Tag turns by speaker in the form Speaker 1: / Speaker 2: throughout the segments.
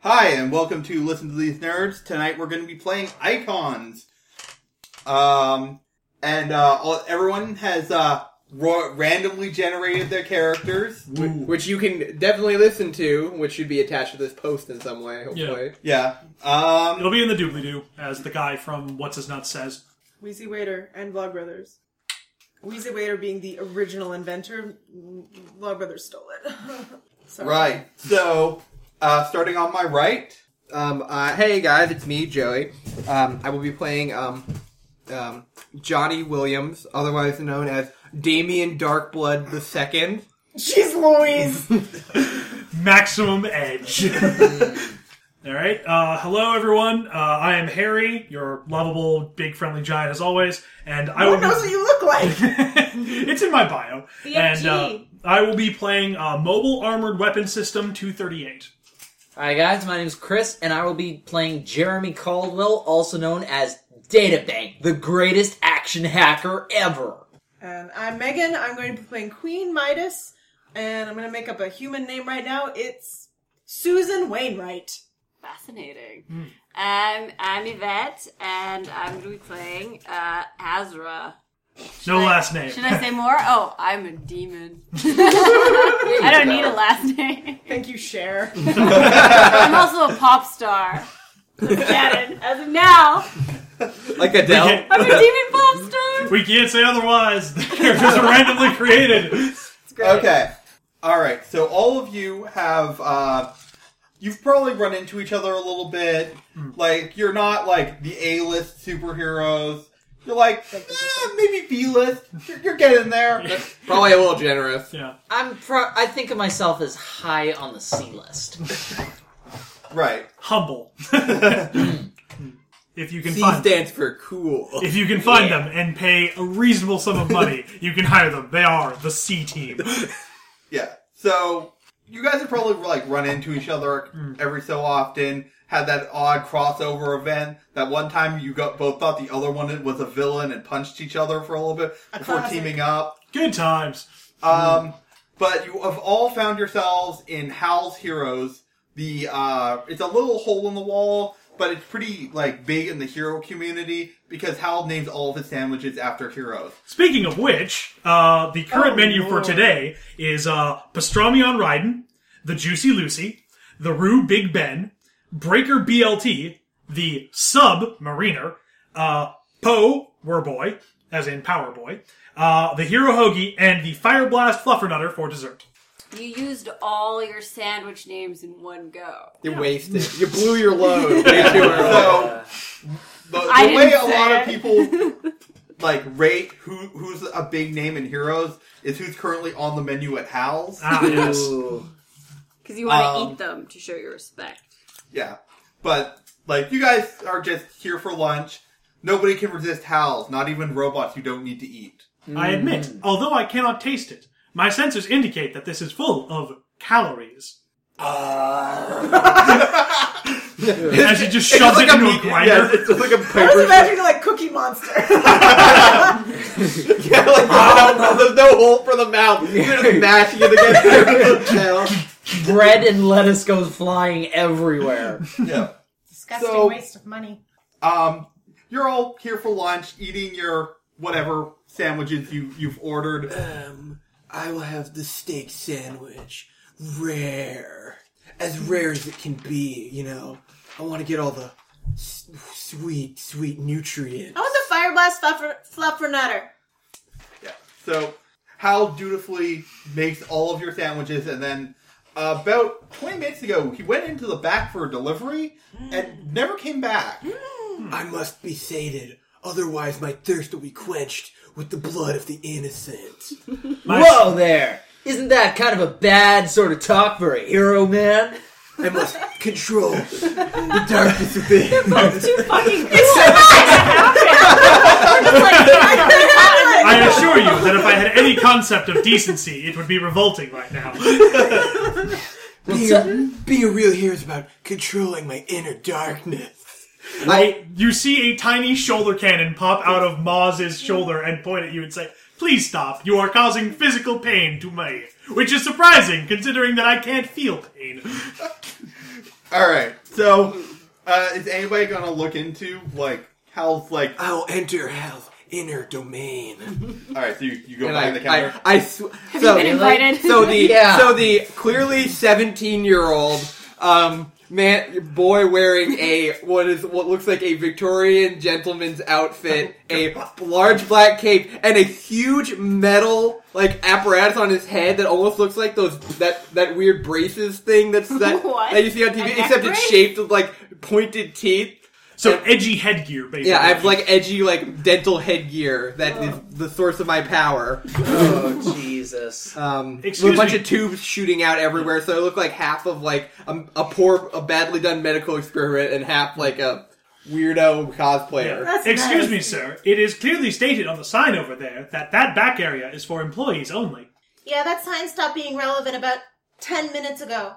Speaker 1: Hi, and welcome to Listen to These Nerds. Tonight we're going to be playing Icons. Um, and uh, all, everyone has uh, ro- randomly generated their characters.
Speaker 2: Which you can definitely listen to, which should be attached to this post in some way, hopefully.
Speaker 1: Yeah. Um,
Speaker 3: It'll be in the doobly doo, as the guy from What's His Nuts says.
Speaker 4: Wheezy Waiter and Vlogbrothers. Wheezy Waiter being the original inventor, mm, Vlogbrothers stole it. Sorry.
Speaker 1: right. So, uh, starting on my right,
Speaker 2: Um, uh, hey guys, it's me, Joey. Um, I will be playing um, um, Johnny Williams, otherwise known as Damien Darkblood the Second.
Speaker 4: Jeez Louise!
Speaker 3: Maximum Edge. All right. Uh, hello, everyone. Uh, I am Harry, your lovable, big, friendly giant, as always. And I will.
Speaker 4: Who
Speaker 3: be-
Speaker 4: knows what you look like?
Speaker 3: it's in my bio. And uh, I will be playing uh, Mobile Armored Weapon System 238.
Speaker 5: Hi guys, my name is Chris, and I will be playing Jeremy Caldwell, also known as Databank, the greatest action hacker ever.
Speaker 4: And I'm Megan. I'm going to be playing Queen Midas. And I'm going to make up a human name right now. It's Susan Wainwright.
Speaker 6: Fascinating. Um, I'm Yvette, and I'm going to be playing uh, Azra.
Speaker 3: No last name.
Speaker 6: Should I say more? Oh, I'm a demon. I don't need a last name.
Speaker 4: Thank you, Cher.
Speaker 6: I'm also a pop star. Canon, as of now,
Speaker 2: Like Adele.
Speaker 6: I'm a demon pop star.
Speaker 3: we can't say otherwise. They're just randomly created.
Speaker 1: Okay. All right. So all of you have uh you've probably run into each other a little bit. Like you're not like the A-list superheroes. You're like eh, maybe B-list. You're, you're getting there.
Speaker 2: Probably a little generous.
Speaker 3: Yeah.
Speaker 5: I'm pro- I think of myself as high on the C list.
Speaker 1: Right.
Speaker 3: Humble. if you can
Speaker 2: C
Speaker 3: find
Speaker 2: stands for cool.
Speaker 3: If you can find
Speaker 5: Yeah.
Speaker 3: them and pay a reasonable sum of money, you can hire them. They are the C team.
Speaker 1: Yeah. So you guys have probably like run into each other every so often. Had that odd crossover event. That one time you got both thought the other one was a villain and punched each other for a little bit before
Speaker 4: classic.
Speaker 1: teaming up.
Speaker 3: Good times.
Speaker 1: Um, but you have all found yourselves in Hal's Heroes. The uh, it's a little hole in the wall, but it's pretty like big in the hero community because Hal names all of his sandwiches after heroes.
Speaker 3: Speaking of which, uh, the current menu for today is uh, pastrami on Raiden, the Juicy Lucy, the Rue Big Ben, Breaker BLT, the Sub Mariner, uh, Poe Werboy, as in Power Boy, uh, the Hero Hoagie, and the Fire Blast Fluffernutter for dessert.
Speaker 6: You used all your sandwich names in one go.
Speaker 2: You wasted. You blew your load way too
Speaker 1: So
Speaker 2: early.
Speaker 1: the,
Speaker 6: I
Speaker 1: the way
Speaker 6: didn't
Speaker 1: a lot of
Speaker 6: say
Speaker 1: people like rate who who's a big name in heroes is who's currently on the menu at Hal's.
Speaker 3: Ah, yes.
Speaker 2: Ooh.
Speaker 6: Because you want to
Speaker 1: Um,
Speaker 6: eat them to show your respect.
Speaker 1: Yeah, but like you guys are just here for lunch. Nobody can resist Hal's. Not even robots you don't need to eat.
Speaker 3: I admit,
Speaker 2: Mm.
Speaker 3: although I cannot taste it, my senses indicate that this is full of calories.
Speaker 2: Uh.
Speaker 3: As you just shoves it into a
Speaker 1: Yeah,
Speaker 3: grinder.
Speaker 1: it's just like a
Speaker 4: I was
Speaker 1: paper.
Speaker 4: imagining like Cookie Monster.
Speaker 1: yeah, like, no, there's no hole for the mouth. You're just mashing it against the tail.
Speaker 5: Bread and lettuce goes flying everywhere.
Speaker 1: Yeah.
Speaker 4: Disgusting
Speaker 1: So-
Speaker 4: waste of money.
Speaker 1: Um, you're all here for lunch, eating your whatever sandwiches you you've ordered.
Speaker 2: Um, I will have the steak sandwich. Rare. As rare as it can be, you know. I want to get all the s- sweet, sweet nutrients.
Speaker 4: I want the Fire Blast fluffer, fluffer Nutter.
Speaker 1: Yeah. So Hal dutifully makes all of your sandwiches, and then about 20 minutes ago, he went into the back for a delivery and never came back.
Speaker 2: I must be sated, otherwise my thirst will be quenched with the blood of the innocent.
Speaker 3: My-
Speaker 5: Whoa there! Isn't that kind of a bad sort of talk for a hero man?
Speaker 2: I must control the darkness within.
Speaker 3: I assure you that if I had any concept of decency, it would be revolting right now.
Speaker 2: Being a, being a real hero is about controlling my inner darkness.
Speaker 3: I, you see a tiny shoulder cannon pop out of Maz's shoulder and point at you and say, Please stop. You are causing physical pain to me. Which is surprising, considering that I can't feel pain.
Speaker 1: All right. So, uh, is anybody gonna look into like how's like? All
Speaker 2: I will enter hell's inner domain.
Speaker 1: right. So you, you go
Speaker 2: And
Speaker 1: behind
Speaker 2: I,
Speaker 1: the counter.
Speaker 2: I, I sw-
Speaker 6: Have
Speaker 2: so,
Speaker 6: you been invited?
Speaker 2: so the
Speaker 5: Yeah.
Speaker 2: so the clearly seventeen year old um man boy wearing a what is what looks like a Victorian gentleman's outfit, a large black cape, and a huge metal like apparatus on his head that almost looks like those that that weird braces thing that's that
Speaker 6: What?
Speaker 2: that you see on
Speaker 6: A
Speaker 2: TV,
Speaker 6: neck
Speaker 2: except it's
Speaker 6: brace?
Speaker 2: shaped with like pointed teeth.
Speaker 3: So edgy headgear, basically.
Speaker 2: Yeah, I have like edgy like dental headgear that
Speaker 6: Oh.
Speaker 2: is the source of my power.
Speaker 5: Oh Jesus!
Speaker 2: Um, with
Speaker 3: Excuse
Speaker 2: a bunch
Speaker 3: me.
Speaker 2: of tubes shooting out everywhere, so I look like half of like a, a poor, a badly done medical experiment, and half like a weirdo
Speaker 3: Yeah.
Speaker 2: cosplayer.
Speaker 4: That's
Speaker 3: Excuse
Speaker 4: nice.
Speaker 3: me, sir. It is clearly stated on the sign over there that that back area is for employees only.
Speaker 4: Yeah, that sign stopped being relevant about 10 minutes ago.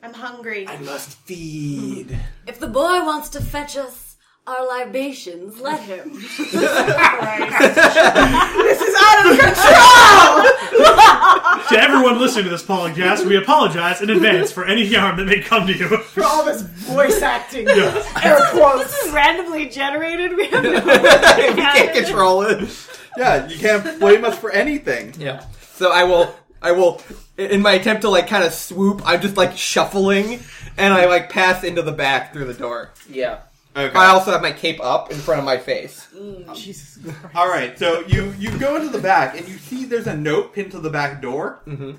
Speaker 4: I'm hungry.
Speaker 2: I must feed.
Speaker 6: If the boy wants to fetch us our libations, let him.
Speaker 4: this is out of control!
Speaker 3: To everyone listening to this podcast, we apologize in advance for any harm that may come to you.
Speaker 4: For all this voice acting.
Speaker 3: Yeah.
Speaker 4: Air quotes.
Speaker 6: this is randomly generated. We have no
Speaker 2: we can't control it.
Speaker 1: yeah, you can't blame us for anything.
Speaker 2: Yeah. So I will, I will, in my attempt to like kind of swoop, I'm just like shuffling, and I like pass into the back through the door.
Speaker 5: Yeah.
Speaker 1: Okay.
Speaker 2: I also have my cape up in front of my face.
Speaker 4: Jesus Christ.
Speaker 1: All right, so you you go into the back and you see there's a note pinned to the back door. Mm-hmm.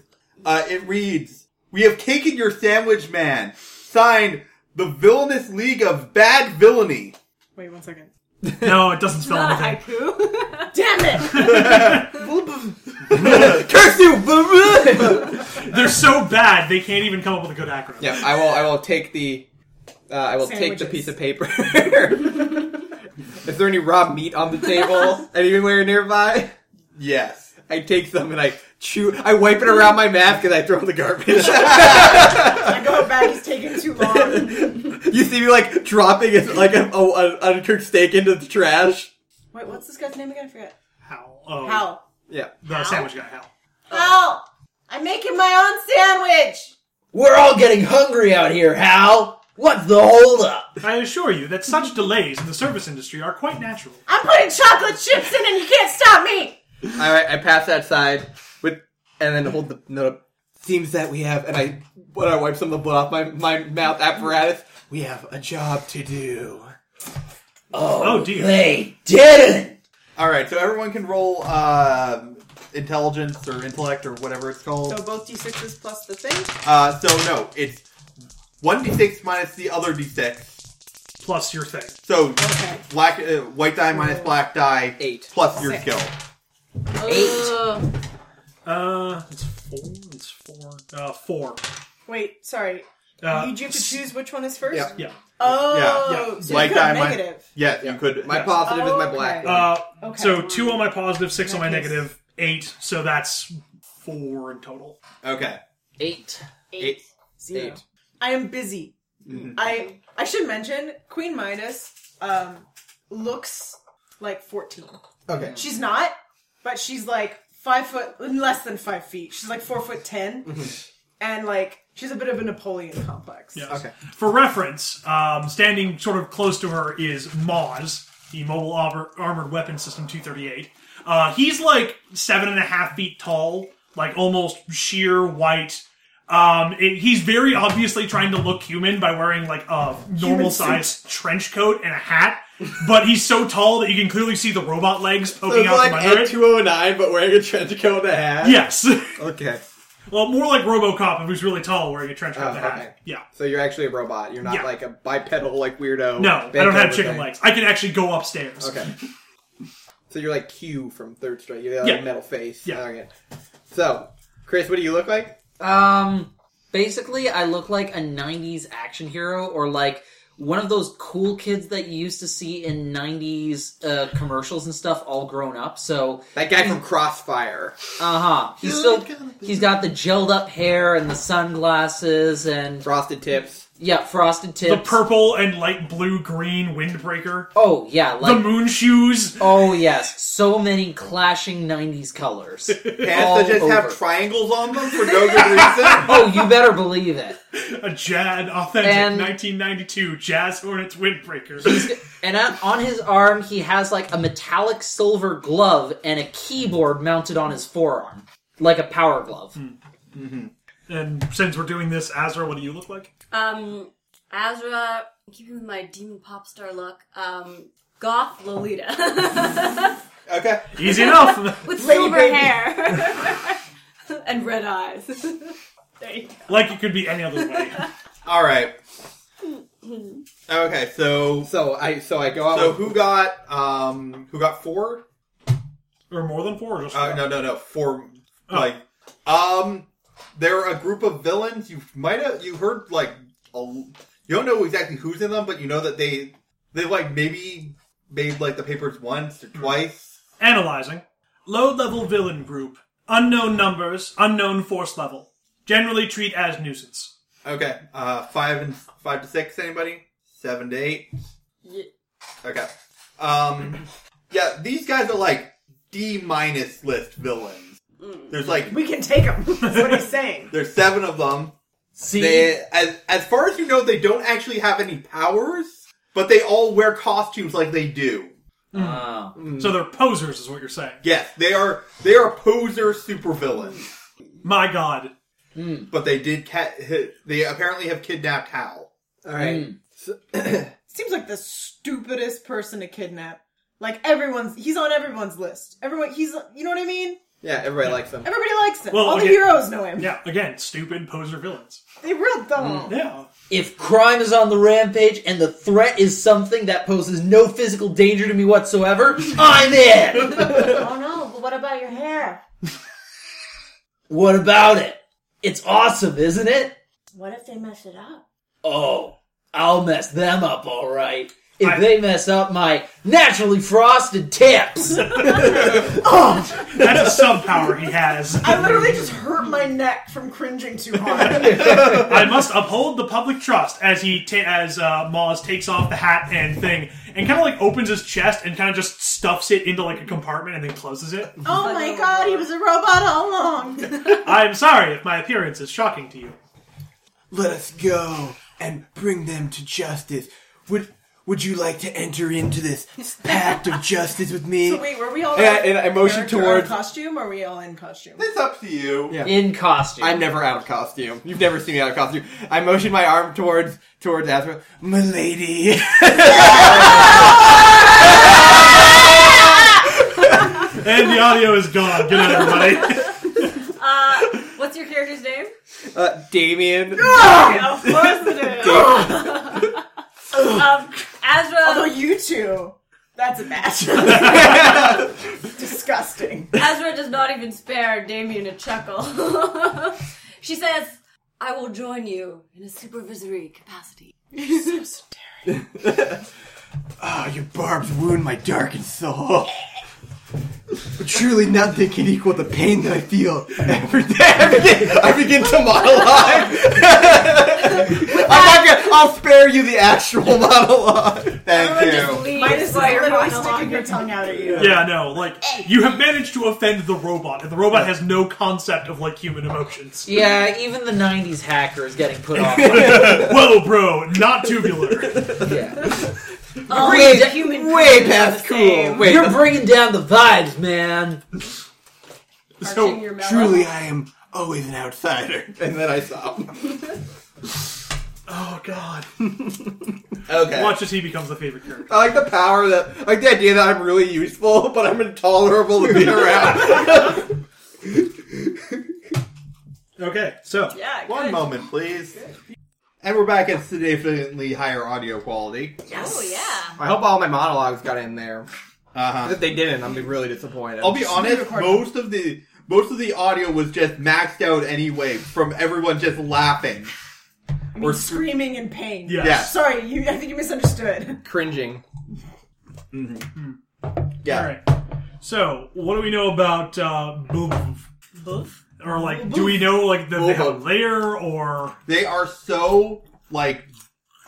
Speaker 1: Uh, it reads, "We have taken your sandwich man." Signed, the villainous league of bad villainy.
Speaker 4: Wait one second.
Speaker 3: No, it doesn't spell
Speaker 6: not a
Speaker 3: anything.
Speaker 6: haiku.
Speaker 4: Damn it!
Speaker 2: Curse you!
Speaker 3: They're so bad they can't even come up with a good acronym.
Speaker 2: Yeah, I will. I will take the. Uh, I will take the
Speaker 4: Sandwiches.
Speaker 2: piece of paper. Is there any raw meat on the table anywhere nearby?
Speaker 1: Yes.
Speaker 2: I take some and I chew. I wipe it around my mask and I throw it in the garbage.
Speaker 4: I go back, he's taking too long.
Speaker 2: you see me like dropping it like a, a, an uncooked steak into the trash.
Speaker 4: Wait, what's this guy's name again? I forget.
Speaker 3: Hal. Oh,
Speaker 4: Hal.
Speaker 2: Yeah,
Speaker 3: The sandwich guy, Hal.
Speaker 6: Oh.
Speaker 4: Hal! I'm making my own sandwich!
Speaker 5: We're all getting hungry out here, Hal. What's the holdup?
Speaker 3: I assure you that such delays in the service industry are quite natural.
Speaker 4: I'm putting chocolate chips in and you can't stop me!
Speaker 2: All right, I pass outside with, and then hold the note. up. Seems that we have, and I when I wipe some of the blood off my my mouth apparatus, we have a job to do.
Speaker 3: Oh, dear.
Speaker 5: They didn't.
Speaker 1: All right, so everyone can roll um, intelligence or intellect or whatever it's called.
Speaker 4: So both d6s plus the thing?
Speaker 1: Uh, so no, it's one d6 minus the other d6.
Speaker 3: Plus your thing.
Speaker 1: So
Speaker 4: Okay.
Speaker 1: black, uh, white die minus black die,
Speaker 2: Eight.
Speaker 1: plus your
Speaker 4: Six.
Speaker 1: skill.
Speaker 5: Eight.
Speaker 6: Ugh.
Speaker 3: Uh, it's four. It's four. Uh, four.
Speaker 4: Wait, sorry.
Speaker 3: Uh,
Speaker 4: you have to choose which one is first?
Speaker 1: Yeah.
Speaker 3: Yeah.
Speaker 4: Oh,
Speaker 1: Yeah, yeah.
Speaker 4: so
Speaker 1: Like
Speaker 4: you got
Speaker 1: I might-
Speaker 4: negative.
Speaker 1: Yes, you could.
Speaker 2: My
Speaker 1: yes.
Speaker 2: positive is my
Speaker 4: Oh,
Speaker 2: black.
Speaker 4: okay.
Speaker 2: one.
Speaker 3: Uh,
Speaker 4: Okay.
Speaker 3: So two on my positive, six on my
Speaker 4: In that
Speaker 3: negative, eight. So that's four in total.
Speaker 1: Okay.
Speaker 5: Eight.
Speaker 1: Eight.
Speaker 4: Zero.
Speaker 2: Eight.
Speaker 4: I am busy. I I should mention Queen Midas um, looks like fourteen.
Speaker 2: Okay.
Speaker 4: She's not, but she's like five foot less than five feet. She's like four foot 10 and like she's a bit of a Napoleon complex.
Speaker 3: Yes.
Speaker 1: Okay.
Speaker 3: For reference, um, standing sort of close to her is Moz, the Mobile Arbor- Armored Weapon System 238. Uh, he's like seven and a half feet tall, like almost sheer white. Um, it- he's very obviously trying to look human by wearing like a normal size trench coat and a hat, but he's so tall that you can clearly see the robot legs
Speaker 2: So
Speaker 3: poking
Speaker 2: it's
Speaker 3: out
Speaker 2: like
Speaker 3: from under
Speaker 2: at
Speaker 3: it.
Speaker 2: 209, but wearing a trench coat and a hat.
Speaker 3: Yes.
Speaker 2: Okay.
Speaker 3: well, more like RoboCop, who's really tall wearing a trench coat
Speaker 2: Oh,
Speaker 3: and a hat.
Speaker 2: okay.
Speaker 3: Yeah.
Speaker 2: So you're actually a robot. You're not
Speaker 3: Yeah.
Speaker 2: like a bipedal like weirdo.
Speaker 3: No, I
Speaker 2: bent
Speaker 3: don't have
Speaker 2: over
Speaker 3: chicken
Speaker 2: thing.
Speaker 3: legs. I can actually go upstairs.
Speaker 2: Okay. so you're like Q from Third Strike. You have
Speaker 3: Yeah.
Speaker 2: a metal face.
Speaker 3: Yeah.
Speaker 2: Okay. So, Chris, what do you look like?
Speaker 5: Um, basically, I look like a 90s action hero or like one of those cool kids that you used to see in 90s uh, commercials and stuff all grown up. So,
Speaker 2: That guy from Crossfire.
Speaker 5: uh huh. He's still, he's got the gelled up hair and the sunglasses and
Speaker 2: Frosted tips.
Speaker 5: Yeah, frosted tips.
Speaker 3: The purple and light blue green windbreaker.
Speaker 5: Oh yeah, like
Speaker 3: the moon shoes.
Speaker 5: oh yes, so many clashing '90s colors. all
Speaker 1: Pants that just
Speaker 5: over.
Speaker 1: have triangles on them for no good reason.
Speaker 5: oh, you better believe it.
Speaker 3: A Jad authentic
Speaker 5: And-
Speaker 3: 1992 Jazz Hornets windbreaker.
Speaker 5: And on- on his arm, he has like a metallic silver glove and a keyboard mounted on his forearm, like a power glove.
Speaker 3: and since we're doing this, Azra, what do you look like?
Speaker 6: Um, Azra, keeping with my demon pop star look, um, goth Lolita
Speaker 1: Okay.
Speaker 3: Easy enough.
Speaker 6: with silver
Speaker 4: baby.
Speaker 6: hair and red eyes. there you go.
Speaker 3: like it could be any other way.
Speaker 1: All right. Okay. So
Speaker 2: So I so I go out.
Speaker 1: so
Speaker 2: with-
Speaker 1: who got um who got four?
Speaker 3: Or more than four. Just
Speaker 1: Uh,
Speaker 3: four.
Speaker 1: no, no, no. Four.
Speaker 3: Oh.
Speaker 1: Like, um, they're a group of villains. You might have you heard like a, you don't know exactly who's in them, but you know that they they like maybe made like the papers once or twice.
Speaker 3: Analyzing. Low level villain group. Unknown numbers. Unknown force level. Generally treat as nuisance.
Speaker 1: Okay. Uh, five and five to six. Anybody? Seven to eight. Okay. Um. Yeah, these guys are like D minus list villains. There's like
Speaker 4: We can take them. That's what he's saying.
Speaker 1: there's seven of them.
Speaker 5: See,
Speaker 1: They, as, as far as you know, they don't actually have any powers, but they all wear costumes like they do.
Speaker 5: Ah.
Speaker 2: Hmm.
Speaker 3: So they're posers, is what you're saying.
Speaker 1: Yes, they are they are poser supervillains,
Speaker 3: My god.
Speaker 1: but they did ca- they apparently have kidnapped Hal.
Speaker 2: all right.
Speaker 4: Seems like the stupidest person to kidnap. Like everyone's, he's on everyone's list. Everyone, he's, you know what I mean?
Speaker 2: Yeah, everybody likes them.
Speaker 4: Everybody likes him.
Speaker 3: Well,
Speaker 4: All
Speaker 3: okay.
Speaker 4: the heroes know him.
Speaker 3: Yeah, again, stupid poser villains.
Speaker 4: They real dumb.
Speaker 3: Yeah.
Speaker 5: if crime is on the rampage and the threat is something that poses no physical danger to me whatsoever, I'm in.
Speaker 4: oh no, but what about your hair?
Speaker 5: what about it? It's awesome, isn't it?
Speaker 4: What if they mess it up?
Speaker 5: Oh, I'll mess them up, all right. If
Speaker 3: I-
Speaker 5: they mess up my naturally frosted tips.
Speaker 3: That's a sub power he has.
Speaker 4: I literally just hurt my neck from cringing too hard.
Speaker 3: I must uphold the public trust as he ta- as uh, Moz takes off the hat and thing and kind of like opens his chest and kind of just stuffs it into like a compartment and then closes it.
Speaker 4: oh my god, he was a robot all along.
Speaker 3: I'm sorry if my appearance is shocking to you.
Speaker 2: Let us go and bring them to justice. Would Would you like to enter into this pact of justice with me?
Speaker 4: So wait, were we all?
Speaker 2: And I-
Speaker 4: out of
Speaker 2: and I motioned
Speaker 4: character or
Speaker 2: towards-
Speaker 4: costume. Or are we all in costume?
Speaker 1: It's up to you.
Speaker 2: Yeah.
Speaker 5: in costume.
Speaker 2: I'm never out of costume. You've never seen me out of costume. I motion my arm towards towards Azra. Milady.
Speaker 3: And the audio is gone. Good night, everybody.
Speaker 6: Uh, what's your character's name?
Speaker 2: Uh, Damien.
Speaker 6: Yeah, of course it is. um,
Speaker 4: Although
Speaker 6: Azra,
Speaker 4: you two, that's a match. Disgusting.
Speaker 6: Azra does not even spare Damien a chuckle. she says, "I will join you in a supervisory capacity."
Speaker 2: Ah, your barbs wound my darkened soul. But truly nothing can equal the pain that I feel every day. Every day I begin to monologue. I'm not gonna, I'll spare you the actual monologue.
Speaker 1: Thank
Speaker 6: Everyone just
Speaker 1: you.
Speaker 6: leaves
Speaker 4: Minus
Speaker 6: while
Speaker 4: like
Speaker 6: you're
Speaker 4: literally
Speaker 6: monologuing.
Speaker 4: sticking your tongue out at you.
Speaker 3: Yeah, no, like you have managed to offend the robot, and the robot has no concept of like human emotions.
Speaker 5: Yeah, even the '90s hacker is getting put off. by it.
Speaker 3: Whoa, bro, not tubular.
Speaker 5: yeah.
Speaker 6: All
Speaker 5: Way-
Speaker 6: the human
Speaker 2: Way
Speaker 6: creatures are
Speaker 2: past
Speaker 6: the
Speaker 2: cool.
Speaker 6: same.
Speaker 2: Wait,
Speaker 5: You're bringing down the vibes, man.
Speaker 4: Arching
Speaker 3: So
Speaker 4: your mouth.
Speaker 2: truly I am always an outsider. And then I stop.
Speaker 3: oh god,
Speaker 1: Okay.
Speaker 3: watch as he becomes the favorite character.
Speaker 2: I like the power that, I like the idea that I'm really useful, but I'm intolerable to be around.
Speaker 3: Okay, so
Speaker 4: Yeah.
Speaker 1: One
Speaker 4: good.
Speaker 1: moment, please. And we're back at significantly higher audio quality.
Speaker 6: Oh yeah.
Speaker 2: I hope all my monologues got in there.
Speaker 1: Uh-huh.
Speaker 2: If they didn't, I'm really disappointed.
Speaker 1: I'll be honest. Most of the most of the audio was just maxed out anyway from everyone just laughing.
Speaker 4: I mean, screaming in pain.
Speaker 3: yes,
Speaker 1: Yeah.
Speaker 4: Sorry, you. I think you misunderstood.
Speaker 2: cringing.
Speaker 1: Yeah.
Speaker 3: all right. So what do we know about uh, Boobov? Or like, do we know like that they have a layer or
Speaker 1: They are so like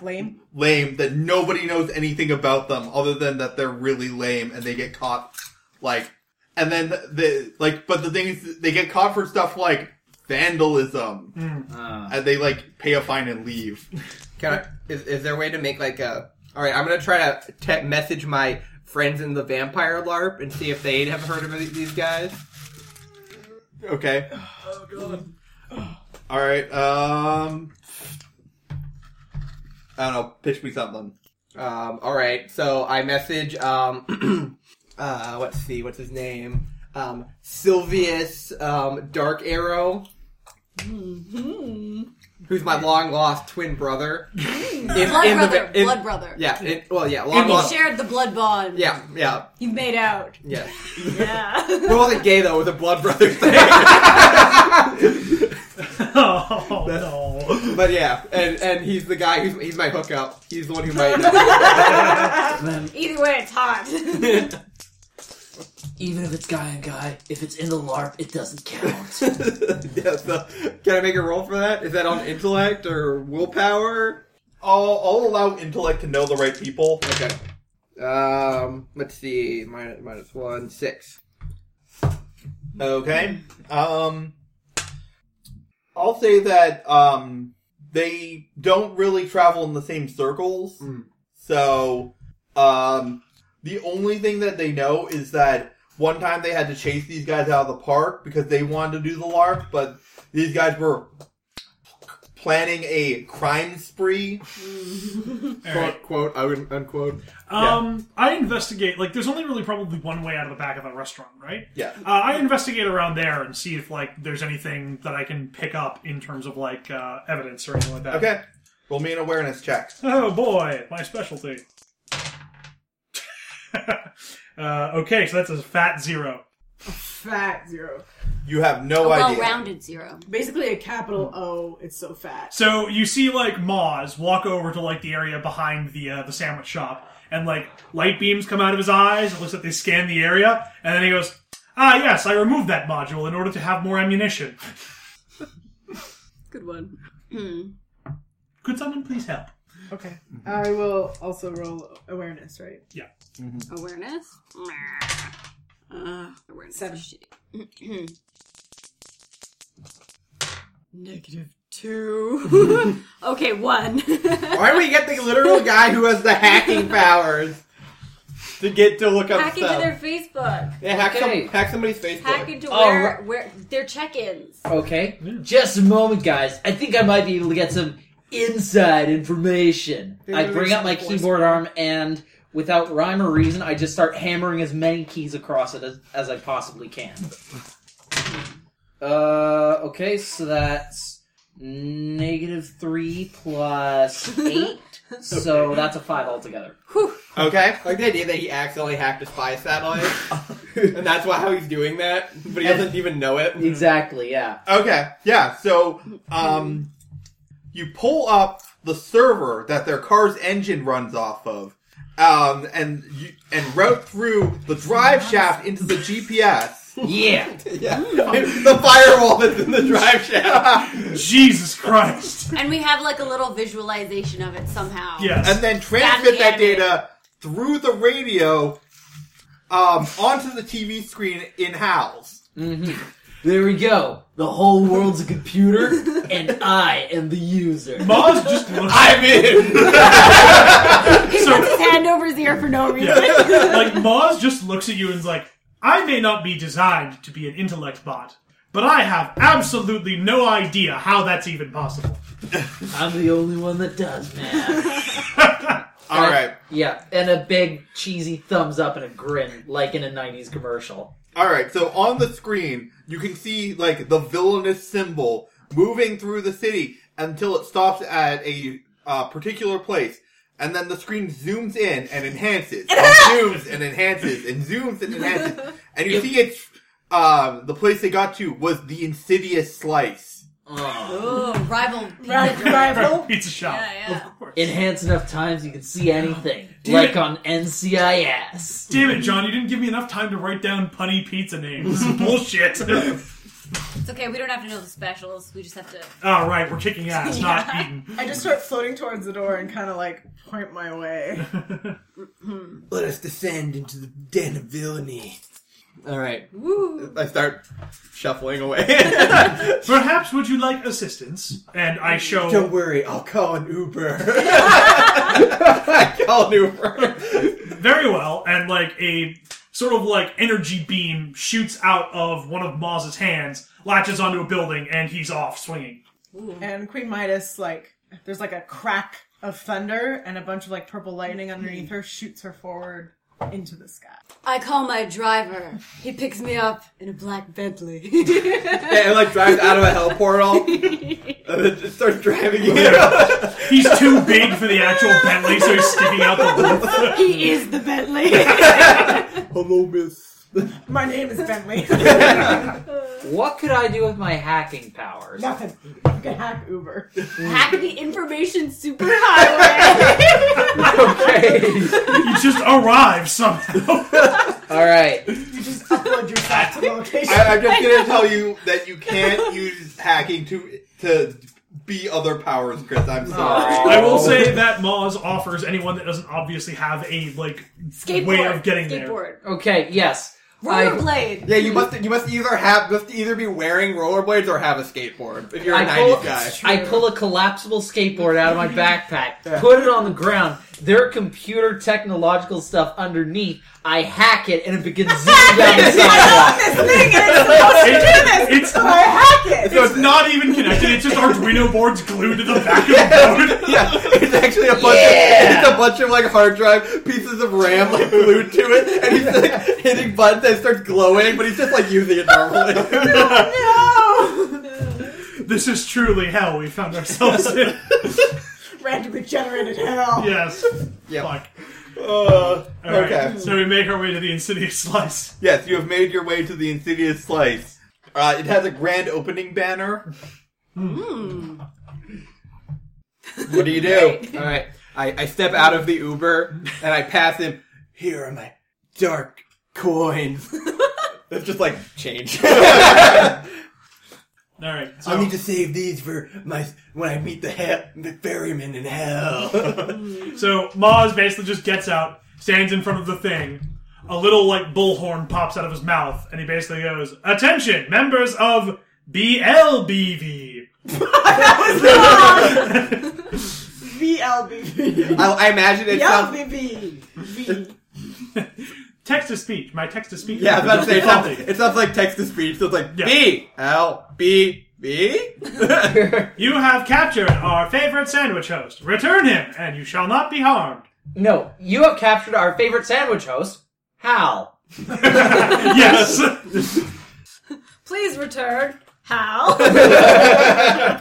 Speaker 4: Lame.
Speaker 1: lame that nobody knows anything about them other than that they're really lame and they get caught like and then the like but the thing is they get caught for stuff like vandalism and they like pay a fine and leave
Speaker 2: Can I, is, is there a way to make like a? All right, I'm gonna try to te- message my friends in the vampire LARP and see if they have heard of these guys.
Speaker 1: okay all right um i don't know pitch me something
Speaker 2: Um, all right, so I message. Um, uh, let's see, what's his name? Um, Sylvius um, Dark Arrow, who's my long lost twin brother. In-
Speaker 6: Blood
Speaker 2: in the-
Speaker 6: brother.
Speaker 2: in-
Speaker 6: blood brother.
Speaker 2: Yeah. in- well, yeah.
Speaker 6: You
Speaker 2: Long lost.
Speaker 6: shared the blood bond.
Speaker 2: Yeah. Yeah.
Speaker 6: You made out.
Speaker 2: Yeah.
Speaker 6: Yeah.
Speaker 2: We wasn't gay though. It was a blood brother thing.
Speaker 3: oh no.
Speaker 2: But yeah, and and he's the guy who's he's my hookup. He's the one who might.
Speaker 6: Either way, it's hot.
Speaker 5: Even if it's guy and guy, if it's in the LARP, it doesn't count.
Speaker 2: Yeah, so, can I make a roll for that? Is that on intellect or willpower?
Speaker 1: I'll, I'll allow intellect to know the right people
Speaker 2: Okay. Um, let's see. Minus, minus one, six.
Speaker 1: Okay. Um I'll say that um they don't really travel in the same circles.
Speaker 2: Mm.
Speaker 1: So um the only thing that they know is that one time they had to chase these guys out of the park because they wanted to do the LARP, but these guys were planning a crime spree.
Speaker 3: All right.
Speaker 2: Quote, quote, un- unquote.
Speaker 3: Um, I investigate. Like, there's only really probably one way out of the back of that restaurant, right?
Speaker 1: Yeah.
Speaker 3: Uh, I investigate around there and see if like there's anything that I can pick up in terms of like uh, evidence or anything like that.
Speaker 1: Okay. Roll me an awareness check.
Speaker 3: Oh boy, my specialty. uh, okay, so that's a fat zero.
Speaker 4: Fat zero.
Speaker 1: You have no
Speaker 6: well
Speaker 1: idea.
Speaker 6: rounded zero.
Speaker 4: Basically a capital O. It's so fat.
Speaker 3: So you see like Moz walk over to like the area behind the uh, the sandwich shop, and like light beams come out of his eyes. It looks like they scan the area, and then he goes, "Ah, yes, I removed that module in order to have more ammunition.
Speaker 6: Good one.
Speaker 3: Could someone please help?"
Speaker 4: Okay. I will also roll awareness, right?
Speaker 6: Awareness? Uh, awareness.
Speaker 4: Seven.
Speaker 6: is shitty. Negative two. okay, one.
Speaker 2: Why do we get the literal guy who has the hacking powers to get to look up
Speaker 6: Hack into
Speaker 2: stuff?
Speaker 6: their Facebook.
Speaker 2: yeah, hack,
Speaker 5: Okay.
Speaker 2: some, hack somebody's Facebook.
Speaker 6: Hack into
Speaker 5: Oh,
Speaker 6: where,
Speaker 5: right.
Speaker 6: where their check-ins.
Speaker 5: okay, just a moment, guys. I think I might be able to get some inside information. I bring out my keyboard arm, and without rhyme or reason, I just start hammering as many keys across it as, as I possibly can. Uh, okay, so that's negative three plus eight. So that's a five altogether.
Speaker 1: Okay.
Speaker 2: I like the idea that he accidentally hacked a spy satellite, and that's why how he's doing that, but he doesn't even know it.
Speaker 5: Exactly, yeah.
Speaker 1: Okay, yeah. So, um, you pull up the server that their car's engine runs off of, um, and you, and route through the drive shaft into the GPS.
Speaker 5: Yeah.
Speaker 2: Yeah, the firewall that's in the drive shaft.
Speaker 3: Jesus Christ!
Speaker 6: And we have like a little visualization of it somehow.
Speaker 3: Yes.
Speaker 1: and then transmit that
Speaker 6: Gotta be
Speaker 1: data through the radio um, onto the TV screen in house.
Speaker 5: There we go. The whole world's a computer, and I am the user.
Speaker 3: Moz just looks.
Speaker 2: I'm in.
Speaker 3: so,
Speaker 6: His hand over his ear for no reason.
Speaker 3: yeah. like Moz just looks at you and is like, "I may not be designed to be an intellect bot, but I have absolutely no idea how that's even possible."
Speaker 5: I'm the only one that does, man.
Speaker 1: All right,
Speaker 5: yeah, and a big cheesy thumbs up and a grin, like in a '90s commercial.
Speaker 1: all right. So on the screen, you can see like the villainous symbol moving through the city until it stops at a uh, particular place, and then the screen zooms in and enhances, and zooms and enhances, and zooms and enhances, and you see it's um, the place they got to was the Insidious Slice.
Speaker 5: Oh.
Speaker 6: Oh, rival pizza
Speaker 4: Right,
Speaker 6: joint.
Speaker 4: rival.
Speaker 3: Pizza shop.
Speaker 6: Yeah, yeah.
Speaker 3: Of course.
Speaker 5: Enhance enough times you can see anything,
Speaker 3: Damn
Speaker 5: like
Speaker 3: it.
Speaker 5: on NCIS.
Speaker 3: Damn it, John, you didn't give me enough time to write down punny pizza names. Bullshit.
Speaker 6: It's okay. We don't have to know the specials. We just have to.
Speaker 3: Oh, right, we're kicking ass, not eating.
Speaker 4: I just start floating towards the door and kind of like point my way.
Speaker 2: Let us descend into the den of villainy. All right,
Speaker 6: Woo!
Speaker 2: I start shuffling away.
Speaker 3: Perhaps would you like assistance? And I show.
Speaker 2: Don't worry, I'll call an Uber. I call an Uber.
Speaker 3: Very well, and like a sort of like energy beam shoots out of one of Maz's hands, latches onto a building, and he's off swinging.
Speaker 4: And Queen Midas, like, there's like a crack of thunder and a bunch of like purple lightning underneath her shoots her forward into the sky.
Speaker 6: I call my driver. He picks me up in a black Bentley.
Speaker 2: Yeah, and like drives out of a hell portal. and then just starts driving you.
Speaker 3: He's too big for the actual Bentley, so he's sticking out the roof.
Speaker 6: he is the Bentley.
Speaker 4: Mm.
Speaker 2: Hello, miss.
Speaker 4: My name is Bentley.
Speaker 5: What could I do with my hacking powers?
Speaker 4: Nothing. You can hack Uber.
Speaker 6: Hack the information superhighway.
Speaker 5: Okay.
Speaker 3: You just arrive somehow.
Speaker 5: All right.
Speaker 4: You just upload yourself to the location.
Speaker 1: I, I'm just gonna tell you that you can't use hacking to to be other powers, Chris. I'm sorry.
Speaker 5: Aw.
Speaker 3: I will say that Maz offers anyone that doesn't obviously have a like
Speaker 6: Skateboard.
Speaker 3: way of getting there.
Speaker 6: Skateboard.
Speaker 5: Okay. Yes. I,
Speaker 6: Rollerblade.
Speaker 2: Yeah, you must you must either have must either be wearing rollerblades or have a skateboard if you're a
Speaker 5: I pull-
Speaker 2: '90s guy.
Speaker 5: I pull a collapsible skateboard out of my backpack, put it on the ground. There are computer technological stuff underneath. I hack it, and it begins zipping down the sidewalk.
Speaker 4: this thing and it's supposed to
Speaker 3: It-
Speaker 4: do this.
Speaker 3: it's-
Speaker 4: so I hack
Speaker 3: So
Speaker 4: it.
Speaker 3: it's not even connected. It's just Arduino boards glued to the back of the board.
Speaker 2: Yeah, it's actually a bunch
Speaker 5: Yeah.
Speaker 2: of it's a bunch of like hard drive pieces of RAM like glued to it, and he's like hitting buttons and it starts glowing, but he's just like using it normally.
Speaker 3: This is truly hell we found ourselves in.
Speaker 4: Randomly generated hell.
Speaker 3: yes.
Speaker 2: Yep.
Speaker 3: Fuck.
Speaker 1: Uh,
Speaker 3: All right.
Speaker 1: Okay.
Speaker 3: So we make our way to the insidious slice.
Speaker 1: Yes, you have made your way to the Insidious Slice. Uh, it has a grand opening banner. What do you do?
Speaker 2: Hmm. All right, I, I step out of the Uber and I pass him. Here are my dark coins. It's just like change.
Speaker 3: All right. So
Speaker 2: I need to
Speaker 7: Oh.
Speaker 2: save these for my when I meet the hell, the ferryman in hell.
Speaker 3: So Maz basically just gets out, stands in front of the thing. A little like bullhorn pops out of his mouth, and he basically goes, "Attention, members of BLBV."
Speaker 4: VLBB.
Speaker 2: I, I imagine it sounds.
Speaker 4: VLBB. V.
Speaker 3: Text to speech. My text to speech.
Speaker 2: Yeah, I was about to say it sounds, it sounds like text to speech. So it's like
Speaker 3: Yeah.
Speaker 2: B L B B.
Speaker 3: You have captured our favorite sandwich host. Return him, and you shall not be harmed.
Speaker 5: No, you have captured our favorite sandwich host, Hal.
Speaker 3: yes.
Speaker 6: Please return. How?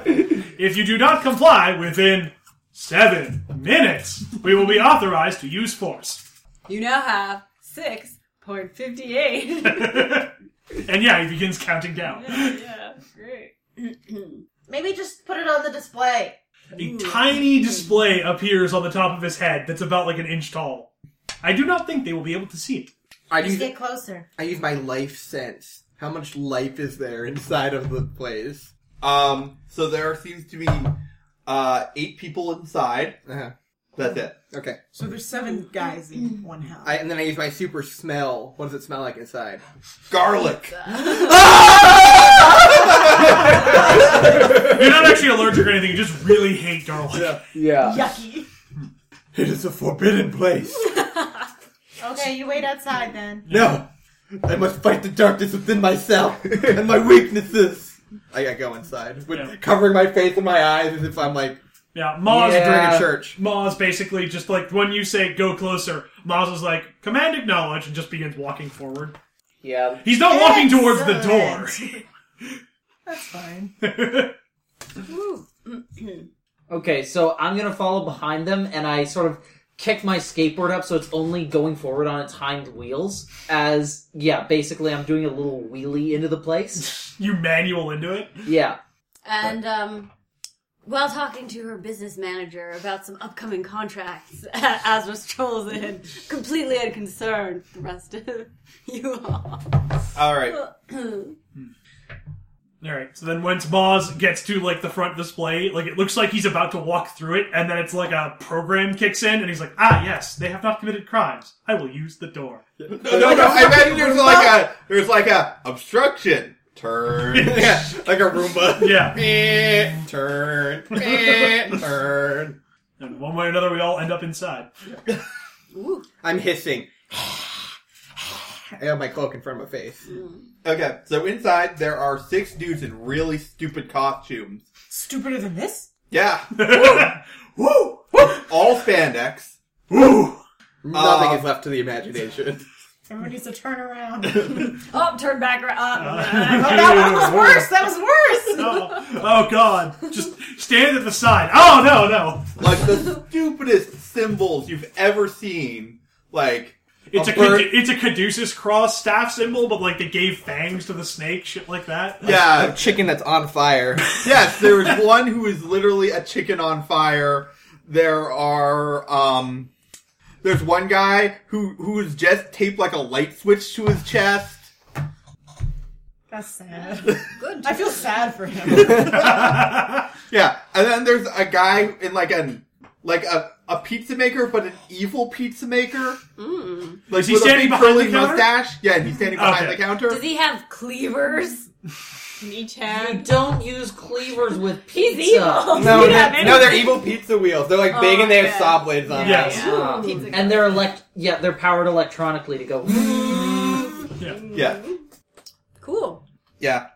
Speaker 3: if you do not comply within seven minutes, we will be authorized to use force.
Speaker 6: you now have six point fifty-eight.
Speaker 3: And yeah, he begins counting down.
Speaker 6: yeah, great.
Speaker 4: Maybe just put it on the display.
Speaker 3: A tiny display appears on the top of his head that's about like an inch tall. I do not think they will be able to see it.
Speaker 2: I use
Speaker 4: closer.
Speaker 2: I use my life sense. How much life is there inside of the place?
Speaker 1: Um, so there seems to be uh, eight people inside.
Speaker 2: Uh-huh.
Speaker 1: That's it.
Speaker 2: Okay,
Speaker 4: So there's seven guys in one house.
Speaker 2: I, and then I use my super smell. What does it smell like inside?
Speaker 1: Garlic.
Speaker 3: You're not actually allergic or anything, you just really hate garlic.
Speaker 5: Yeah.
Speaker 4: Yucky.
Speaker 2: It is a forbidden place.
Speaker 4: Okay, you wait outside then.
Speaker 2: no, I must fight the darkness within myself and my weaknesses. I, I go inside, with,
Speaker 3: Yeah. Oh,
Speaker 2: covering my face and my eyes as if I'm like
Speaker 3: Yeah, Maz
Speaker 5: Yeah.
Speaker 2: during a
Speaker 5: Uh,
Speaker 2: church.
Speaker 3: Maz basically just like when you say go closer, Maz is like, command acknowledge, and just begins walking forward.
Speaker 5: Yeah.
Speaker 3: He's not walking towards the
Speaker 4: Excellent.
Speaker 3: door.
Speaker 4: That's fine.
Speaker 6: Woo.
Speaker 5: Okay, so I'm gonna follow behind them, and I sort of kick my skateboard up so it's only going forward on its hind wheels. As yeah, basically, I'm doing a little wheelie into the place.
Speaker 3: you manual into it.
Speaker 5: Yeah.
Speaker 6: And um, while talking to her business manager about some upcoming contracts, as was chosen, completely unconcerned, the rest of you all.
Speaker 1: All right.
Speaker 3: All right. So then, once Boz gets to like the front display, like it looks like he's about to walk through it, and then it's like a program kicks in, and he's like, "Ah, yes, they have not committed crimes. I will use the door."
Speaker 1: No, no, no. I imagine there's like a there's like a obstruction. Turn. yeah, like a Roomba.
Speaker 3: Yeah.
Speaker 1: Meh, Turn. Meh, Turn.
Speaker 3: And one way or another, we all end up inside.
Speaker 6: Ooh.
Speaker 2: I'm hissing. I got my cloak in front of my face.
Speaker 1: Okay, so inside there are six dudes in really stupid costumes.
Speaker 4: Stupider than this?
Speaker 1: Yeah,
Speaker 3: Woo! Woo!
Speaker 1: all spandex.
Speaker 3: Woo!
Speaker 2: Nothing is left to the imagination.
Speaker 4: Everyone needs to turn around. oh,
Speaker 6: Oh, turn back around.
Speaker 3: Uh,
Speaker 4: that one was worse. That was worse.
Speaker 3: Oh, oh God! Just stand at the side. Oh no, no!
Speaker 1: Like the stupidest symbols you've ever seen. Like
Speaker 3: It's a,
Speaker 1: A bird-
Speaker 3: Cadu- it's a caduceus cross staff symbol, but like they gave fangs to the snake, shit like that.
Speaker 2: A
Speaker 1: yeah,
Speaker 2: chicken that's on fire.
Speaker 1: yes. There is one who is literally a chicken on fire. There are um, there's one guy who who is just taped like a light switch to his chest.
Speaker 4: That's sad.
Speaker 6: Good.
Speaker 4: I feel sad for him.
Speaker 1: Yeah, and then there's a guy in like an like a, a pizza maker, but an evil pizza maker. Like
Speaker 3: Is he
Speaker 1: with a
Speaker 3: standing
Speaker 1: big
Speaker 3: behind the
Speaker 1: curly
Speaker 3: counter?
Speaker 1: mustache. Yeah, and he's standing behind
Speaker 3: Okay.
Speaker 1: the counter.
Speaker 6: Does he have cleavers in each
Speaker 5: You
Speaker 6: hand?
Speaker 5: don't use cleavers with
Speaker 6: He's
Speaker 5: pizza.
Speaker 6: evil.
Speaker 2: No,
Speaker 6: He's
Speaker 2: they're,
Speaker 6: evil.
Speaker 2: no, they're evil pizza wheels. They're like big
Speaker 6: Oh,
Speaker 2: and they have
Speaker 6: okay.
Speaker 2: saw blades
Speaker 1: uh,
Speaker 2: on
Speaker 3: Yes.
Speaker 2: them.
Speaker 6: Yeah. Pizza guy.
Speaker 5: Uh, And they're elect, yeah, they're powered electronically to go.
Speaker 1: Yeah,
Speaker 6: cool.
Speaker 1: yeah.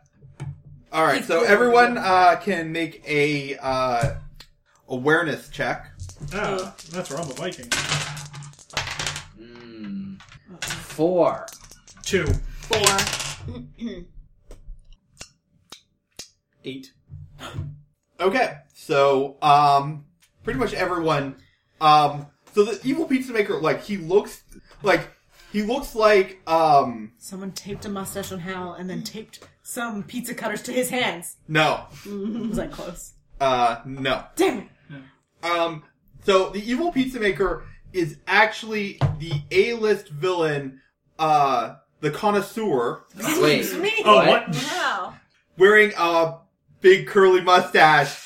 Speaker 1: All right,
Speaker 6: He's
Speaker 1: so
Speaker 6: cool.
Speaker 1: everyone uh, can make a uh, awareness check.
Speaker 3: Ah, that's where I'm a Viking.
Speaker 5: Mm. Four.
Speaker 3: Two.
Speaker 6: Four.
Speaker 2: Eight.
Speaker 1: Okay, so um, pretty much everyone. Um, so the evil pizza maker, like he looks like he looks like um
Speaker 4: Someone taped a mustache on Hal and then taped some pizza cutters to his hands.
Speaker 1: no
Speaker 4: Was that close?
Speaker 1: uh no
Speaker 4: Damn it.
Speaker 1: Um, so the evil pizza maker is actually the A-list villain, uh, the connoisseur,
Speaker 2: Wait.
Speaker 4: It's me.
Speaker 3: Oh,
Speaker 5: What?
Speaker 3: what?
Speaker 6: Wow.
Speaker 1: wearing a big curly mustache.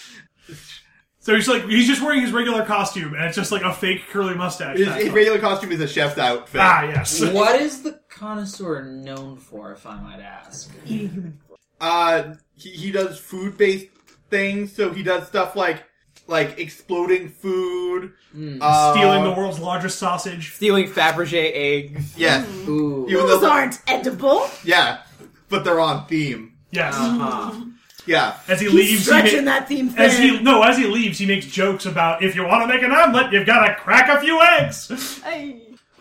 Speaker 3: So he's like, he's just wearing his regular costume, and it's just like a fake curly mustache.
Speaker 1: His,
Speaker 3: That's
Speaker 1: his
Speaker 3: all.
Speaker 1: regular costume is a chef's outfit.
Speaker 3: ah, yes.
Speaker 5: What is the connoisseur known for, if I might ask?
Speaker 4: Eating human.
Speaker 1: Uh, he, he does food-based things, so he does stuff like, like exploding food, uh,
Speaker 3: Stealing
Speaker 5: Oh.
Speaker 3: the world's largest sausage.
Speaker 2: Stealing Fabergé eggs.
Speaker 1: Yes.
Speaker 5: Ooh.
Speaker 1: Even
Speaker 4: Those
Speaker 1: though,
Speaker 4: aren't edible.
Speaker 1: yeah, but they're on theme.
Speaker 3: Yes.
Speaker 5: Uh-huh.
Speaker 1: Yeah.
Speaker 3: As he
Speaker 4: He's
Speaker 3: leaves, he
Speaker 4: stretching
Speaker 3: ma-
Speaker 4: that theme
Speaker 3: as he
Speaker 4: thing.
Speaker 3: no, as he leaves, he makes jokes about if you want to make an omelet, you've got to crack a few eggs.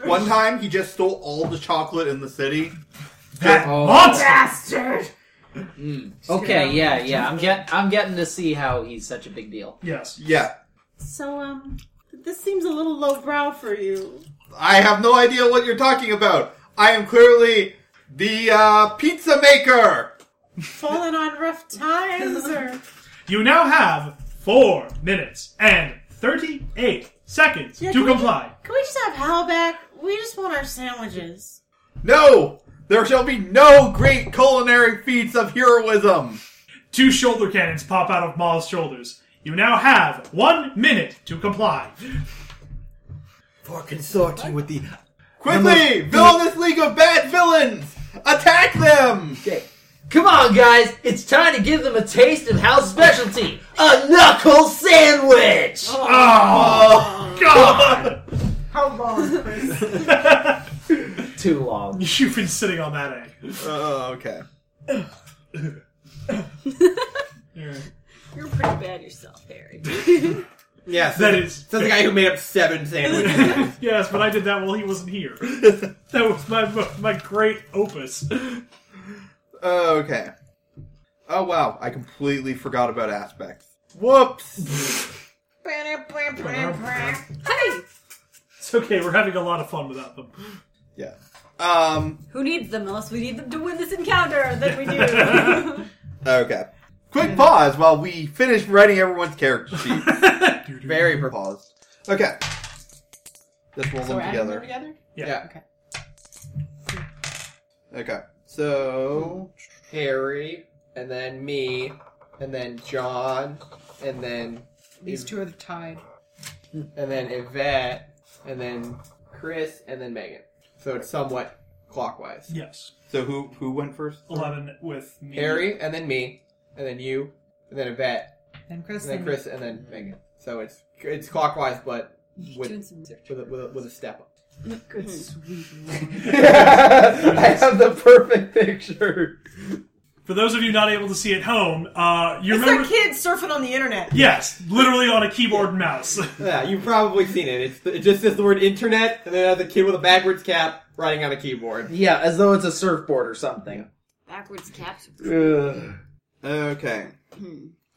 Speaker 1: One time, he just stole all the chocolate in the city.
Speaker 3: That
Speaker 5: Oh.
Speaker 3: monster.
Speaker 4: Bastard.
Speaker 5: Okay, yeah, yeah. I'm get, I'm getting to see how he's such a big deal.
Speaker 3: Yes.
Speaker 1: Yeah.
Speaker 4: So, um, this seems a little lowbrow for you.
Speaker 1: I have no idea what you're talking about. I am clearly the uh, pizza maker.
Speaker 4: Fallen on rough times, or
Speaker 3: You now have four minutes and thirty-eight seconds
Speaker 4: Yeah,
Speaker 3: to
Speaker 4: can we-
Speaker 3: comply.
Speaker 4: can we just have Hal back? We just want our sandwiches.
Speaker 1: No, there shall be no great culinary feats of heroism.
Speaker 3: Two shoulder cannons pop out of Ma's shoulders. You now have one minute to comply.
Speaker 2: For consorting with the.
Speaker 1: Quickly, villainous league of bad villains, attack them.
Speaker 5: Okay. Come on, guys! It's time to give them a taste of Hal's specialty a knuckle sandwich!
Speaker 3: Oh, God!
Speaker 4: How long, Chris?
Speaker 5: Too long.
Speaker 3: You've been sitting on that egg.
Speaker 1: Oh, okay.
Speaker 6: You're pretty bad yourself, Harry.
Speaker 2: Yeah, so
Speaker 3: That is-
Speaker 2: So the guy who made up seven sandwiches.
Speaker 3: yes, but I did that while he wasn't here. That was my my great opus.
Speaker 1: Okay. Oh wow, I completely forgot about aspects. Whoops.
Speaker 6: hey,
Speaker 3: It's okay, we're having a lot of fun without them.
Speaker 1: Yeah. Um.
Speaker 6: who needs them unless we need them to win this encounter? Then we do.
Speaker 1: Okay. Quick
Speaker 2: Mm.
Speaker 1: pause while we finish writing everyone's character sheet.
Speaker 2: Very purple.
Speaker 1: paused. Okay. Just roll
Speaker 4: So
Speaker 1: them
Speaker 4: we're adding them
Speaker 1: together.
Speaker 4: together?
Speaker 2: Yeah.
Speaker 4: Okay.
Speaker 1: Okay. So
Speaker 2: Harry. and then me, and then John, and then
Speaker 4: These two are tied.
Speaker 2: and then Yvette, and then Chris, and then Megan. So it's somewhat clockwise.
Speaker 3: Yes.
Speaker 1: So who who went first?
Speaker 3: Eleven with me.
Speaker 2: Harry, and then me, and then you, and then Yvette,
Speaker 4: And Chris.
Speaker 2: and then Chris, and then Megan. So it's it's clockwise, but with
Speaker 6: Doing some research.
Speaker 2: with a, with a, with a step up.
Speaker 4: Good sweet
Speaker 2: I have the perfect picture.
Speaker 3: For those of you not able to see at home, uh, you
Speaker 4: It's
Speaker 3: remember?
Speaker 4: their kid surfing on the internet.
Speaker 3: Yes, literally on a keyboard and mouse.
Speaker 2: Yeah, you've probably seen it. It's it just says the word internet, and then it has a kid with a backwards cap writing on a keyboard.
Speaker 5: Yeah, as though it's a surfboard or something.
Speaker 6: Backwards caps.
Speaker 1: Okay.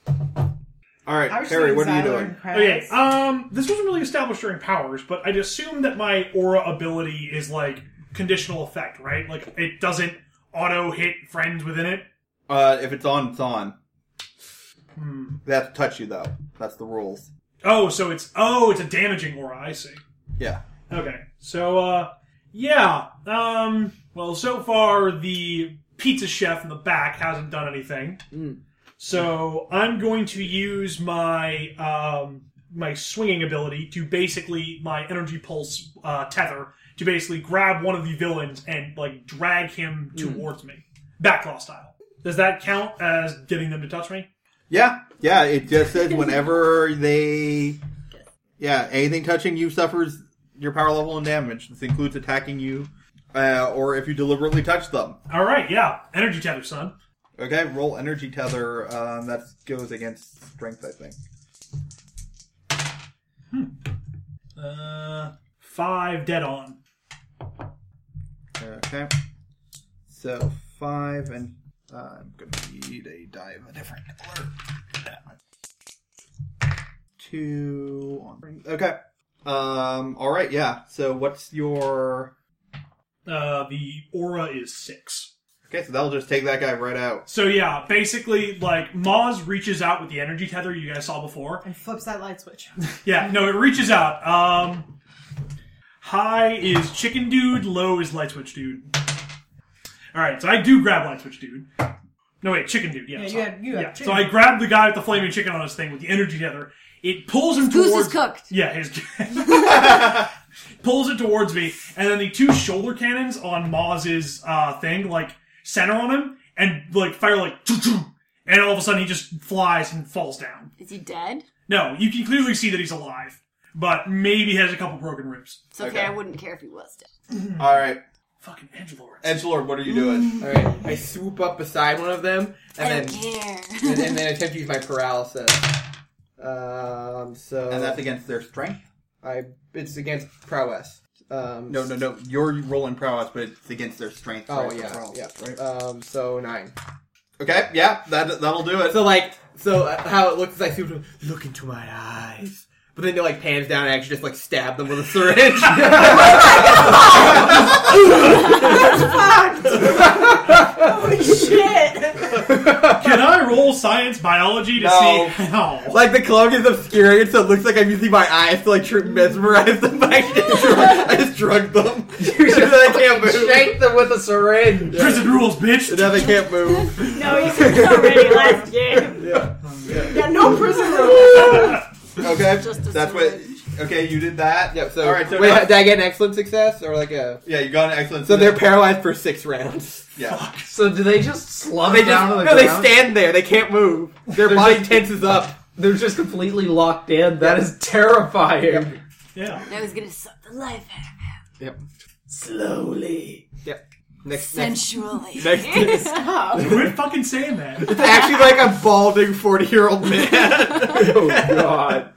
Speaker 1: All right,
Speaker 4: I was
Speaker 1: Harry,
Speaker 4: thinking
Speaker 1: what are you
Speaker 4: Xylo
Speaker 1: doing?
Speaker 4: and Kratz.
Speaker 3: Okay, um, this wasn't really established during powers, but I'd assume that my aura ability is like conditional effect, right? Like it doesn't auto hit friends within it.
Speaker 1: Uh, if it's on, it's on. They have to touch you though. That's the rules.
Speaker 3: Oh, so it's oh, it's a damaging aura. I see.
Speaker 1: Yeah.
Speaker 3: Okay, so uh, yeah. Um, well, so far the pizza chef in the back hasn't done anything. So I'm going to use my um, my swinging ability to basically my energy pulse uh, tether to basically grab one of the villains and like drag him towards me, backlaw style. Does that count as getting them to touch me?
Speaker 1: Yeah. Yeah. It just says whenever they, yeah, anything touching you suffers your power level and damage. This includes attacking you, uh, or if you deliberately touch them.
Speaker 3: All right, yeah, energy tether, son.
Speaker 1: Okay. Roll energy tether. Um, that goes against strength, I think.
Speaker 3: Uh, five dead on.
Speaker 1: Okay. So five and uh, I'm gonna need a die of a different color. Two on. Okay. Um. All right. Yeah. So what's your?
Speaker 3: Uh, the aura is six.
Speaker 1: Okay. So that'll just take that guy right out.
Speaker 3: So yeah, basically, like Moz reaches out with the energy tether you guys saw before.
Speaker 4: And flips that light switch.
Speaker 3: Yeah, no, it reaches out. Um, high is chicken dude, low is light switch dude. All right, so I do grab light switch dude. No wait, chicken dude. Yeah,
Speaker 4: Yeah, you
Speaker 3: sorry.
Speaker 4: had- you had
Speaker 3: yeah.
Speaker 4: chicken.
Speaker 3: So I grab the guy with the flaming chicken on his thing with the energy tether. It pulls him
Speaker 6: Goose
Speaker 3: towards.
Speaker 6: is cooked.
Speaker 3: Yeah, his pulls it towards me, and then the two shoulder cannons on Maz's uh, thing like center on him and like fire like, choo, choo, and all of a sudden he just flies and falls down.
Speaker 6: Is he dead?
Speaker 3: No, you can clearly see that he's alive, but maybe has a couple broken ribs.
Speaker 6: It's okay.
Speaker 1: Okay.
Speaker 6: I wouldn't care if he was dead.
Speaker 1: All right.
Speaker 3: Fucking edge lords.
Speaker 1: Edge Lord, what are you doing?
Speaker 2: All right, I swoop up beside one of them,
Speaker 6: I
Speaker 2: and
Speaker 6: don't
Speaker 2: then
Speaker 6: care.
Speaker 2: and, and then attempt to use my paralysis. Um. So
Speaker 1: And that's against their strength.
Speaker 2: I it's against prowess. Um,
Speaker 1: No, no, no. You're rolling prowess, but it's against their strength.
Speaker 2: Oh
Speaker 1: right?
Speaker 2: yeah,
Speaker 1: Prowess,
Speaker 2: yeah.
Speaker 1: Right.
Speaker 2: Um, so nine.
Speaker 1: okay. Yeah. That that'll do it.
Speaker 2: So like, so uh, how it looks is I see them look into my eyes, but then they like pans down and I actually just like stab them with a syringe.
Speaker 4: Holy shit!
Speaker 3: Can I roll science biology to
Speaker 2: No.
Speaker 3: see how?
Speaker 2: like the cloak is obscuring, so it looks like I'm using my eyes to like tr- mesmerize them. But I just drug, I just drug them. so they can't move.
Speaker 5: Shake them with a syringe.
Speaker 3: Prison rules, bitch.
Speaker 2: Now they can't move.
Speaker 4: No, you said it's already last game.
Speaker 2: Yeah.
Speaker 4: Yeah, no prison rules.
Speaker 1: Okay.
Speaker 6: Just a
Speaker 1: that's what. Okay. You did that.
Speaker 2: Yep. So,
Speaker 1: all right. So
Speaker 2: wait,
Speaker 1: now-
Speaker 2: did I get an excellent success or like a?
Speaker 1: yeah, you got an excellent.
Speaker 2: So they're paralyzed for six rounds.
Speaker 1: yeah.
Speaker 5: So do they just slump
Speaker 2: They just
Speaker 5: down on
Speaker 2: no,
Speaker 5: the
Speaker 2: they
Speaker 5: ground?
Speaker 2: stand there. They can't move. Their
Speaker 5: They're
Speaker 2: body
Speaker 5: just-
Speaker 2: tenses up.
Speaker 5: They're just completely locked in. That is terrifying.
Speaker 3: Yeah.
Speaker 6: I was gonna suck the life out of him.
Speaker 2: Yep.
Speaker 5: Slowly.
Speaker 2: Yep. Next. next.
Speaker 6: Sensually.
Speaker 2: Next is-
Speaker 3: Quit fucking saying that.
Speaker 2: It's actually like a balding forty-year-old man.
Speaker 5: Oh god.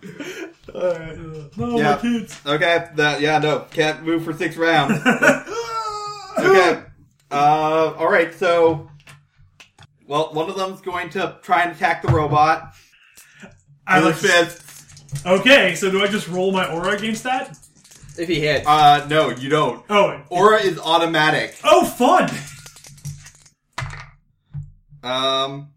Speaker 3: Uh, No,
Speaker 1: Yeah.
Speaker 3: my kids.
Speaker 1: Okay, that yeah, no, can't move for six rounds. okay, uh, all right, so well, one of them's going to try and attack the robot.
Speaker 3: I like
Speaker 1: With his fist.
Speaker 3: Okay, so do I just roll my aura against that?
Speaker 2: if he hits,
Speaker 1: Uh, no, you don't.
Speaker 3: Oh,
Speaker 1: Aura is automatic.
Speaker 3: oh, fun.
Speaker 1: Um,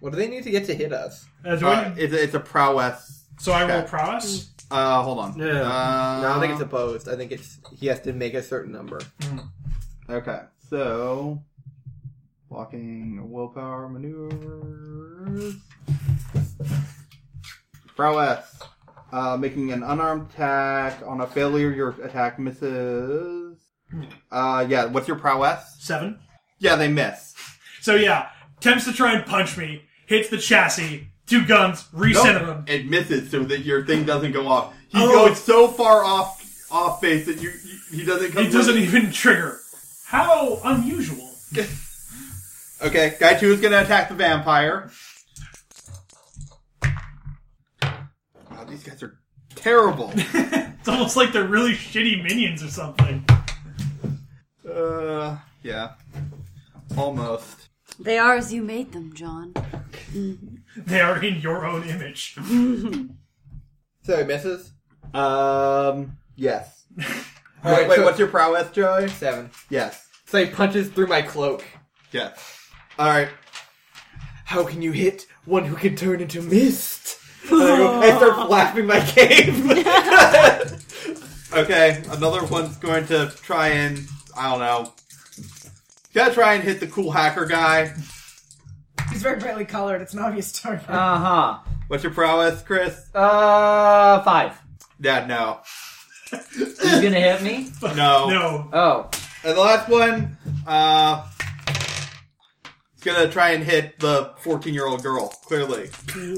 Speaker 2: what do they need to get to hit us?
Speaker 3: Uh, do
Speaker 1: uh,
Speaker 3: I,
Speaker 1: it's, it's a prowess.
Speaker 3: so I roll
Speaker 1: okay.
Speaker 3: prowess.
Speaker 1: Uh, hold on.
Speaker 2: No, no, no.
Speaker 1: Uh,
Speaker 2: no, I don't think it's opposed. I think it's he has to make a certain number.
Speaker 1: okay. So Blocking, willpower, maneuvers. Prowess. Uh, making an unarmed attack. On a failure, your attack misses. Uh, yeah, what's your prowess?
Speaker 3: Seven.
Speaker 1: Yeah, they miss.
Speaker 3: So yeah, attempts to try and punch me, hits the chassis, two guns, recenter
Speaker 1: Nope,
Speaker 3: him.
Speaker 1: It misses so that your thing doesn't go off. He
Speaker 3: Oh.
Speaker 1: goes so far off off base that you, you he doesn't come.
Speaker 3: It doesn't
Speaker 1: with-
Speaker 3: even trigger. How unusual.
Speaker 1: Okay, guy two is gonna attack the vampire. Wow, these guys are terrible.
Speaker 3: It's almost like they're really shitty minions or something.
Speaker 1: uh, yeah, almost.
Speaker 6: They are as you made them, John.
Speaker 3: They are in your own image.
Speaker 1: So it misses. Um, yes.
Speaker 2: Alright,
Speaker 1: wait, wait
Speaker 2: so-
Speaker 1: what's your prowess, Joey?
Speaker 2: Seven.
Speaker 1: Yes,
Speaker 2: So he punches through my cloak.
Speaker 1: yes. All right.
Speaker 2: How can you hit one who can turn into mist? And I, go, I start flapping my cape.
Speaker 1: Okay, another one's going to try and I don't know. Gotta try and hit the cool hacker guy.
Speaker 4: He's very brightly colored. It's an obvious target.
Speaker 5: Uh
Speaker 1: What's your prowess, Chris?
Speaker 5: huh. Uh, five.
Speaker 1: Yeah, no,
Speaker 5: He's gonna hit me.
Speaker 1: no,
Speaker 3: No.
Speaker 5: Oh,
Speaker 1: And the last one, uh, it's gonna try and hit the 14 year old girl, clearly.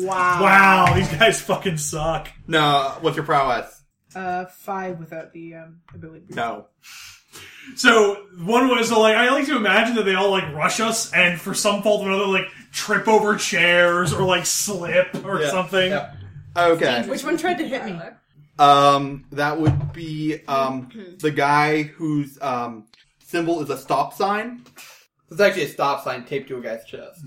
Speaker 4: wow.
Speaker 3: Wow, these guys fucking suck.
Speaker 1: No, what's your prowess?
Speaker 4: Uh, five without the um, ability.
Speaker 1: No.
Speaker 3: So one was like I like to imagine that they all like rush us and for some fault or another like trip over chairs or like slip or
Speaker 1: Yeah,
Speaker 3: something.
Speaker 1: yeah. Okay.
Speaker 4: Which one tried to hit me?
Speaker 1: Um, that would be, um, the guy whose, um, symbol is a stop sign.
Speaker 2: it's actually a stop sign taped to a guy's chest.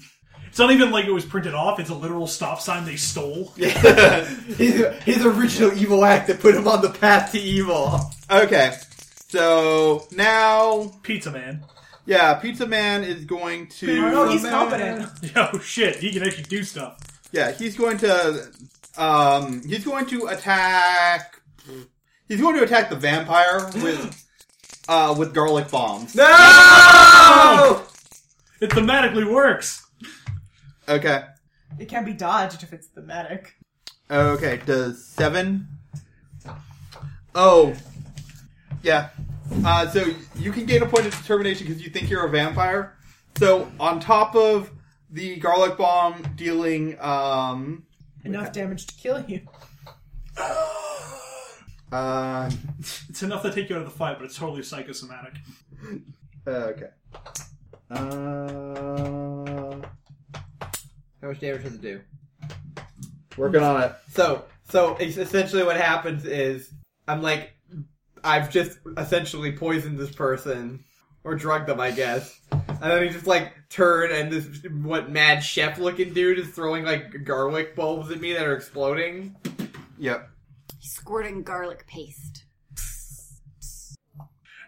Speaker 3: It's not even like it was printed off, it's a literal stop sign they stole.
Speaker 2: His, his original evil act that put him on the path to evil.
Speaker 1: Okay. So now,
Speaker 3: Pizza man.
Speaker 1: yeah, Pizza Man is going to.
Speaker 4: Oh, he's competent.
Speaker 3: Oh shit, he can actually do stuff.
Speaker 1: Yeah, he's going to, um, he's going to attack. He's going to attack the vampire with, uh, with garlic bombs.
Speaker 2: No!
Speaker 3: It thematically works.
Speaker 1: Okay.
Speaker 4: It can't be dodged if it's thematic.
Speaker 1: Okay. Does seven? Oh, yeah. Uh, so you can gain a point of determination because you think you're a vampire. So on top of the garlic bomb dealing, um,
Speaker 4: Enough damage to kill you.
Speaker 1: uh,
Speaker 3: It's enough to take you out of the fight, but it's totally psychosomatic.
Speaker 1: okay. Uh,
Speaker 2: How much damage does it do?
Speaker 1: working on it.
Speaker 2: So, so es- essentially, what happens is I'm like, I've just essentially poisoned this person or drugged them, I guess. And then he just like turn and this what mad chef looking dude is throwing like garlic bulbs at me that are exploding.
Speaker 1: Yep.
Speaker 6: He's squirting garlic paste.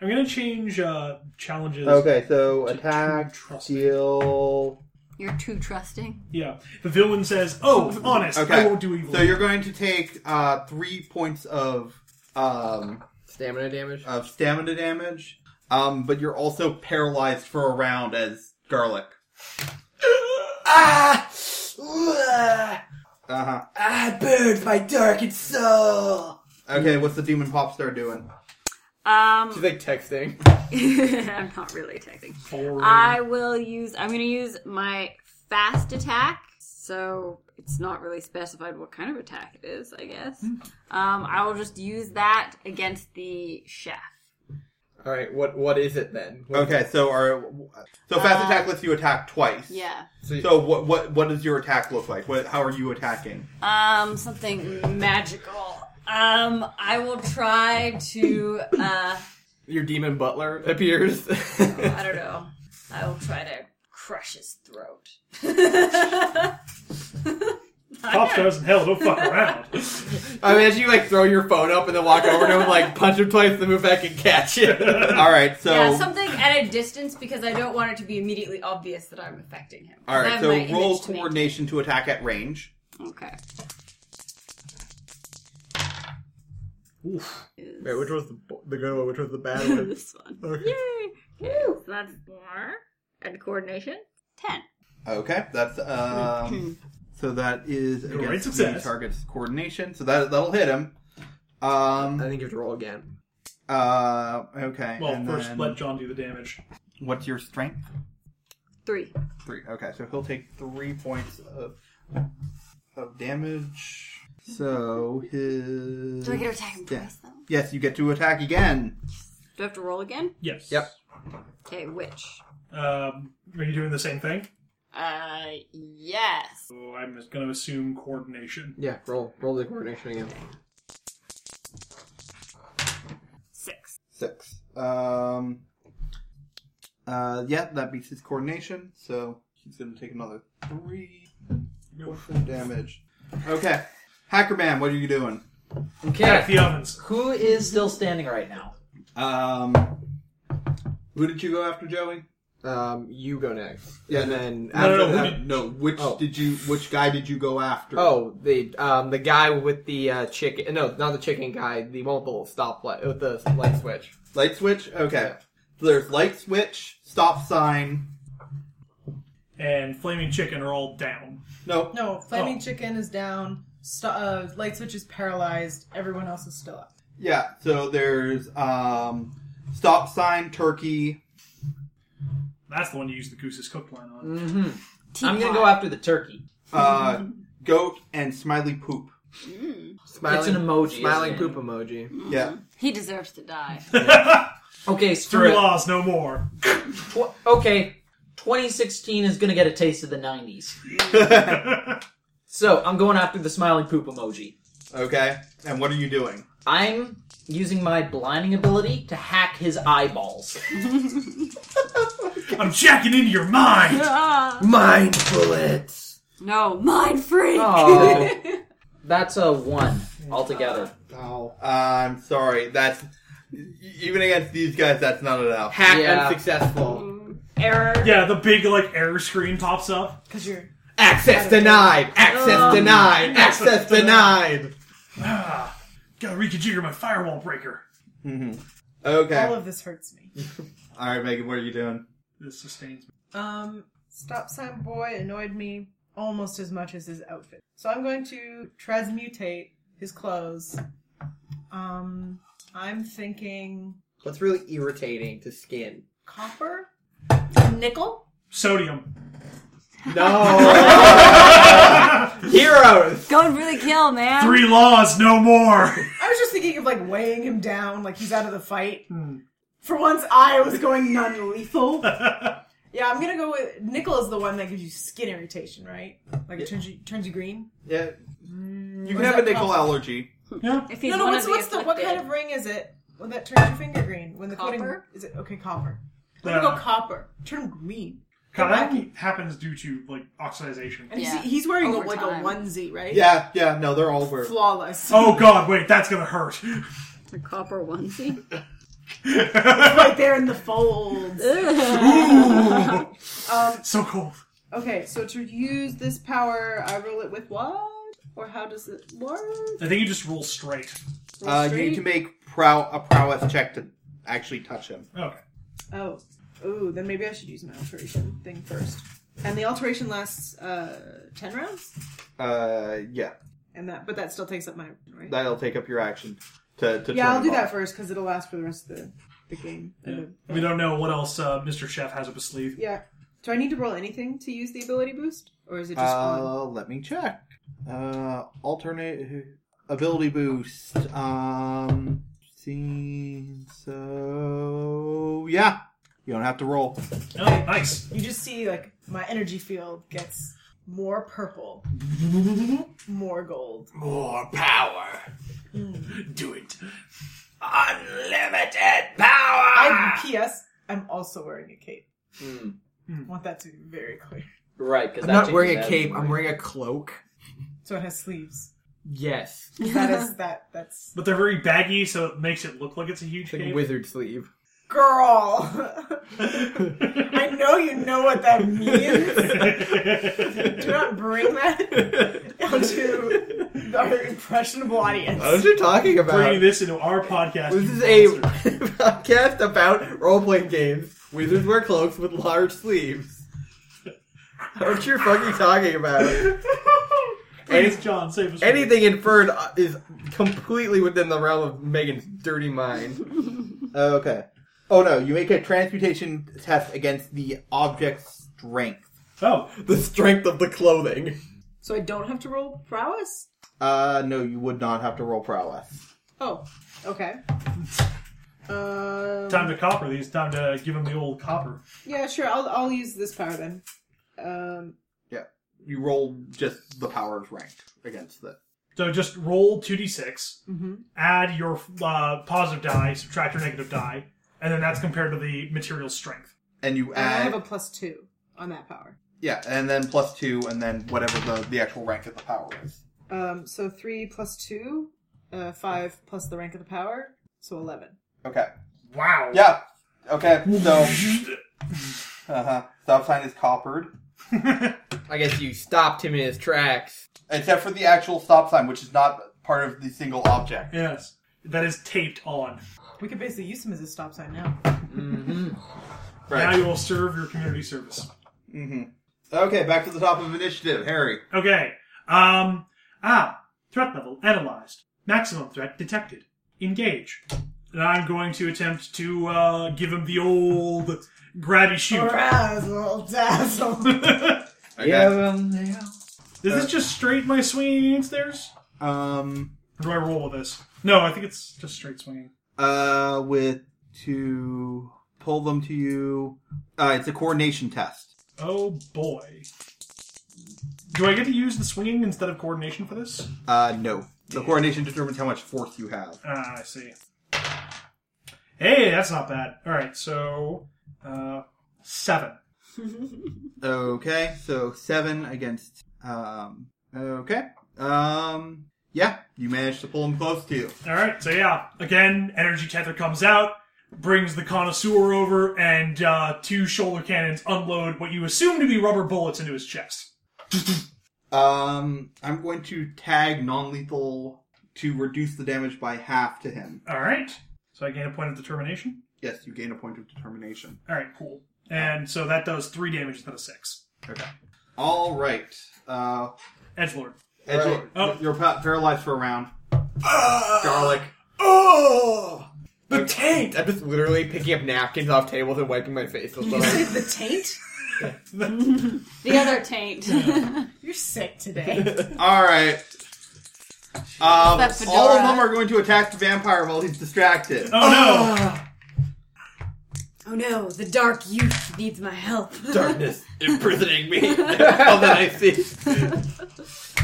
Speaker 3: I'm gonna change uh, challenges.
Speaker 1: Okay. So
Speaker 3: To
Speaker 1: attack,
Speaker 3: trust me.
Speaker 1: deal.
Speaker 6: You're too trusting.
Speaker 3: Yeah, the villain says, "Oh, honest, I won't do evil."
Speaker 1: So you're going to take uh, three points of um,
Speaker 2: Stamina damage.
Speaker 1: of stamina damage, um, but you're also paralyzed for a round as garlic.
Speaker 2: Ah! Ugh!
Speaker 1: Uh huh.
Speaker 2: I burned my darkened soul.
Speaker 1: Okay, what's the demon pop star doing?
Speaker 6: Um,
Speaker 2: She's like texting.
Speaker 6: I'm not really texting.
Speaker 3: Boring.
Speaker 6: I will use. I'm going to use my fast attack. So it's not really specified what kind of attack it is. I guess. Um, I will just use that against the chef.
Speaker 2: All right, what what is it then? What-
Speaker 1: Okay, so our so fast attack lets you attack twice.
Speaker 6: Uh, Yeah.
Speaker 2: So,
Speaker 1: So what what what does your attack look like? What how are you attacking?
Speaker 6: Um, something magical. Um, I will try to. Uh,
Speaker 2: your demon butler appears.
Speaker 6: I don't know. I will try to crush his throat. I
Speaker 3: Pop
Speaker 6: don't-
Speaker 3: stars in hell don't fuck around.
Speaker 2: I imagine you like throw your phone up and then walk over to him, like punch him twice, then move back and catch it.
Speaker 1: All right, so
Speaker 6: Yeah, something at a distance because I don't want it to be immediately obvious that I'm affecting him.
Speaker 1: all
Speaker 6: I
Speaker 1: right,
Speaker 6: have
Speaker 1: so
Speaker 6: my image
Speaker 1: roll
Speaker 6: to maintain.
Speaker 1: coordination to attack at range.
Speaker 6: Okay.
Speaker 2: Wait, which was the, the good one? Which was the bad
Speaker 6: this one. Yay! Okay, so that's four. And coordination. Ten.
Speaker 1: Okay, that's um. so that is
Speaker 3: Great
Speaker 1: against the
Speaker 3: success.
Speaker 1: target's coordination. So that that'll hit him.
Speaker 2: I
Speaker 1: Um.
Speaker 2: think you have to roll again.
Speaker 1: Uh. Okay.
Speaker 3: Well,
Speaker 1: and
Speaker 3: first
Speaker 1: then
Speaker 3: let John do the damage.
Speaker 1: what's your strength?
Speaker 6: Three.
Speaker 1: Three. Okay, so he'll take three points of of damage. So his
Speaker 6: Do I get to attack him
Speaker 1: Yeah.
Speaker 6: twice though?
Speaker 1: yes, you get to attack again.
Speaker 6: Do I have to roll again?
Speaker 3: Yes.
Speaker 2: Yep.
Speaker 6: Okay, which?
Speaker 3: Um, are you doing the same thing?
Speaker 6: Uh, yes.
Speaker 3: So I'm just going to assume coordination.
Speaker 2: Yeah, roll roll the coordination again.
Speaker 6: Six.
Speaker 1: Six. Um. Uh, yeah, that beats his coordination, so he's gonna take another three points of damage. Okay, Hackerman, what are you doing?
Speaker 3: Attack
Speaker 5: Okay.
Speaker 3: the ovens.
Speaker 5: Who is still standing right now?
Speaker 1: Um, who did you go after, Joey?
Speaker 2: Um, you go next.
Speaker 1: Yeah,
Speaker 2: and then
Speaker 3: No, no, no,
Speaker 2: after
Speaker 3: who
Speaker 2: that-
Speaker 3: did-
Speaker 1: No, which
Speaker 2: Oh.
Speaker 1: did you? Which guy did you go after?
Speaker 2: Oh, the um the guy with the uh, chicken. No, not the chicken guy. The one with the little stop light with the light switch.
Speaker 1: Light switch? Okay. So there's light switch, stop sign.
Speaker 3: And Flaming Chicken are all down.
Speaker 1: No.
Speaker 4: No, flaming
Speaker 3: Oh.
Speaker 4: chicken is down. St- uh, light switch is paralyzed. Everyone else is still up.
Speaker 1: Yeah, so there's um stop sign, turkey.
Speaker 3: That's the one you used the goose's cooked line on.
Speaker 5: Mm-hmm. I'm gonna go after the turkey.
Speaker 1: Uh, goat and smiley poop.
Speaker 2: Smiling,
Speaker 5: It's an emoji,
Speaker 2: Smiling
Speaker 5: isn't it?
Speaker 2: poop emoji.
Speaker 1: Yeah.
Speaker 6: He deserves to die.
Speaker 3: Three
Speaker 5: Okay, screw it.
Speaker 3: laws, no more.
Speaker 5: Tw- okay, 2016 is gonna get a taste of the 90s. So I'm going after the smiling poop emoji.
Speaker 1: Okay. And what are you doing?
Speaker 5: I'm using my blinding ability to hack his eyeballs.
Speaker 3: I'm jacking into your mind.
Speaker 6: Ah.
Speaker 2: Mind bullets.
Speaker 6: No, mind freak.
Speaker 5: Oh, that's a one altogether.
Speaker 2: Oh,
Speaker 1: I'm sorry. That's even against these guys that's not enough.
Speaker 2: hack
Speaker 5: Yeah.
Speaker 2: unsuccessful.
Speaker 4: Error.
Speaker 3: Yeah, the big like error screen pops up.
Speaker 4: Because you're.
Speaker 2: Access denied. Access denied. Access denied.
Speaker 3: Ah, gotta reconfigure my firewall breaker.
Speaker 2: Mm-hmm.
Speaker 1: Okay.
Speaker 4: All of this hurts me.
Speaker 1: All right, Megan, what are you doing?
Speaker 3: This sustains me.
Speaker 4: Um, stop sign boy annoyed me almost as much as his outfit. So I'm going to transmutate his clothes. Um, I'm thinking
Speaker 2: What's really irritating to skin?
Speaker 4: copper.
Speaker 6: Nickel?
Speaker 3: Sodium.
Speaker 2: No. Heroes.
Speaker 6: Go and really kill, man.
Speaker 3: Three laws, no more.
Speaker 4: I was just thinking of like weighing him down, like he's out of the fight. For once, I was going non-lethal. yeah, I'm gonna go with nickel is the one that gives you skin irritation, right? Like it turns you turns you green.
Speaker 1: Yeah. You can have a
Speaker 4: that
Speaker 1: nickel
Speaker 4: called?
Speaker 1: allergy.
Speaker 3: yeah.
Speaker 6: If he's
Speaker 4: no, no.
Speaker 6: one
Speaker 4: What's,
Speaker 6: of
Speaker 4: what's the what kind
Speaker 6: afflicted.
Speaker 4: of ring is it when that turns your finger green? When the coating
Speaker 6: Copper?
Speaker 4: is it okay? Copper. I'm
Speaker 3: Yeah.
Speaker 4: gonna go copper. Turn green.
Speaker 3: God, that only Uh, happens due to like oxidization.
Speaker 4: And
Speaker 6: Yeah.
Speaker 4: he's, he's wearing a,
Speaker 6: Over
Speaker 4: like a
Speaker 6: time.
Speaker 4: onesie, right?
Speaker 1: Yeah, yeah, no, they're all weird.
Speaker 4: Flawless.
Speaker 3: Oh God, wait, that's gonna hurt.
Speaker 6: The copper onesie.
Speaker 4: right there in the folds.
Speaker 3: so cold.
Speaker 4: Okay, so to use this power, I roll it with what? Or how does it work?
Speaker 3: I think you just roll straight.
Speaker 4: Roll
Speaker 1: Uh, you
Speaker 4: straight?
Speaker 1: need to make prow- a prowess check to actually touch him.
Speaker 3: Okay.
Speaker 4: Oh. Ooh, then maybe I should use my alteration thing first. And the alteration lasts uh, 10 rounds?
Speaker 1: Uh, yeah,
Speaker 4: And that, But that still takes up my right?
Speaker 1: that'll take up your action to, to
Speaker 4: yeah,
Speaker 1: turn
Speaker 4: I'll
Speaker 1: him
Speaker 4: do
Speaker 1: off.
Speaker 4: that first because it'll last for the rest of the, the game. And the-
Speaker 3: We don't know what else uh, Mr. Chef has up his sleeve.
Speaker 4: yeah. Do I need to roll anything to use the ability boost? Or is it just on?
Speaker 1: Uh, let me check. Uh, alternate ability boost. Um, see, so yeah, you don't have to roll.
Speaker 3: Oh, nice.
Speaker 4: You just see, like, my energy field gets more purple, more gold. Hmm.
Speaker 2: More power.
Speaker 3: Do it.
Speaker 2: Unlimited power.
Speaker 4: I, P.S. I'm also wearing a cape.
Speaker 2: Hmm.
Speaker 4: want that to be very clear.
Speaker 5: Right, because
Speaker 2: I'm not wearing a cape. I'm wearing a cloak.
Speaker 4: So it has sleeves.
Speaker 2: Yes.
Speaker 4: That is that. That's
Speaker 3: But they're very baggy, so it makes it look like it's a huge
Speaker 2: Like
Speaker 3: cave.
Speaker 2: wizard sleeve.
Speaker 4: girl. I know you know what that means. Do not bring that onto our impressionable audience.
Speaker 2: What are you talking about?
Speaker 3: Bringing this into our podcast.
Speaker 2: This is a podcast about role playing games. Wizards wear cloaks with large sleeves.
Speaker 7: What you fucking talking about?
Speaker 3: Please, John, save us. from this.
Speaker 7: Anything inferred uh, is completely within the realm of Megan's dirty mind.
Speaker 2: Okay. Oh no, you make a transmutation test against the object's strength.
Speaker 3: Oh,
Speaker 7: The strength of the clothing.
Speaker 4: So I don't have to roll prowess?
Speaker 2: Uh, no, you would not have to roll prowess.
Speaker 4: Oh, okay. Um,
Speaker 3: time to copper these. Time to give him the old copper.
Speaker 4: yeah, sure. I'll, I'll use this power then. Um,
Speaker 2: You roll just the power's rank against that.
Speaker 3: So just roll 2d6, add your uh, positive die, subtract your negative die, and then that's compared to the material strength.
Speaker 2: And you
Speaker 4: and I
Speaker 2: add,
Speaker 4: have a plus two on that power.
Speaker 2: yeah, and then plus two, and then whatever the, the actual rank of the power is.
Speaker 4: Um, so three plus two, uh, five plus the rank of the power, so eleven.
Speaker 2: Okay.
Speaker 3: Wow.
Speaker 2: Yeah. Okay. So, uh-huh. stop sign is coppered,
Speaker 7: I guess you stopped him in his tracks.
Speaker 2: except for the actual stop sign, which is not part of the single object.
Speaker 3: Yes. That is taped on.
Speaker 4: We could basically use him as a stop sign now.
Speaker 3: Now you will serve your community service.
Speaker 2: Okay, back to the top of initiative, Harry.
Speaker 3: Okay. Um. Ah. Threat level analyzed. Maximum threat detected. Engage. And I'm going to attempt to uh, give him the old grabby shoot.
Speaker 4: Razzle dazzle.
Speaker 2: Okay.
Speaker 3: Is this just straight my swinging against theirs?
Speaker 2: Um.
Speaker 3: Or do I roll with this? No, I think it's just straight swinging.
Speaker 2: Uh, with to pull them to you. Uh, it's a coordination test.
Speaker 3: Oh boy. Do I get to use the swinging instead of coordination for this?
Speaker 2: Uh, no. The coordination determines how much force you have.
Speaker 3: Ah, I see. Hey, that's not bad. All right, so uh, seven.
Speaker 2: Okay, so seven against. Um. Okay. Um. Yeah, you managed to pull them close to you.
Speaker 3: All right, so yeah, again, energy tether comes out, brings the connoisseur over, and uh, two shoulder cannons unload what you assume to be rubber bullets into his chest.
Speaker 2: Um, I'm going to tag non-lethal to reduce the damage by half to him.
Speaker 3: All right, so I gain a point of determination.
Speaker 2: Yes, you gain a point of determination.
Speaker 3: All right, cool. And so that does three damage instead of six.
Speaker 2: Okay. All right. Uh,
Speaker 3: Edge lord.
Speaker 2: Edgelord,
Speaker 3: Oh.
Speaker 2: you're pa- paralyzed for a round.
Speaker 1: Ah!
Speaker 2: Garlic.
Speaker 7: Oh! The taint! I'm just literally picking up napkins off tables and wiping my face with them.
Speaker 4: the taint?
Speaker 6: The other taint.
Speaker 4: You're sick today.
Speaker 2: All right. Um, all
Speaker 6: That
Speaker 2: of
Speaker 6: fedora.
Speaker 2: them are going to attack the vampire while he's distracted.
Speaker 3: Oh no!
Speaker 6: oh no, the dark youth needs my help.
Speaker 7: Darkness imprisoning me. All that I see.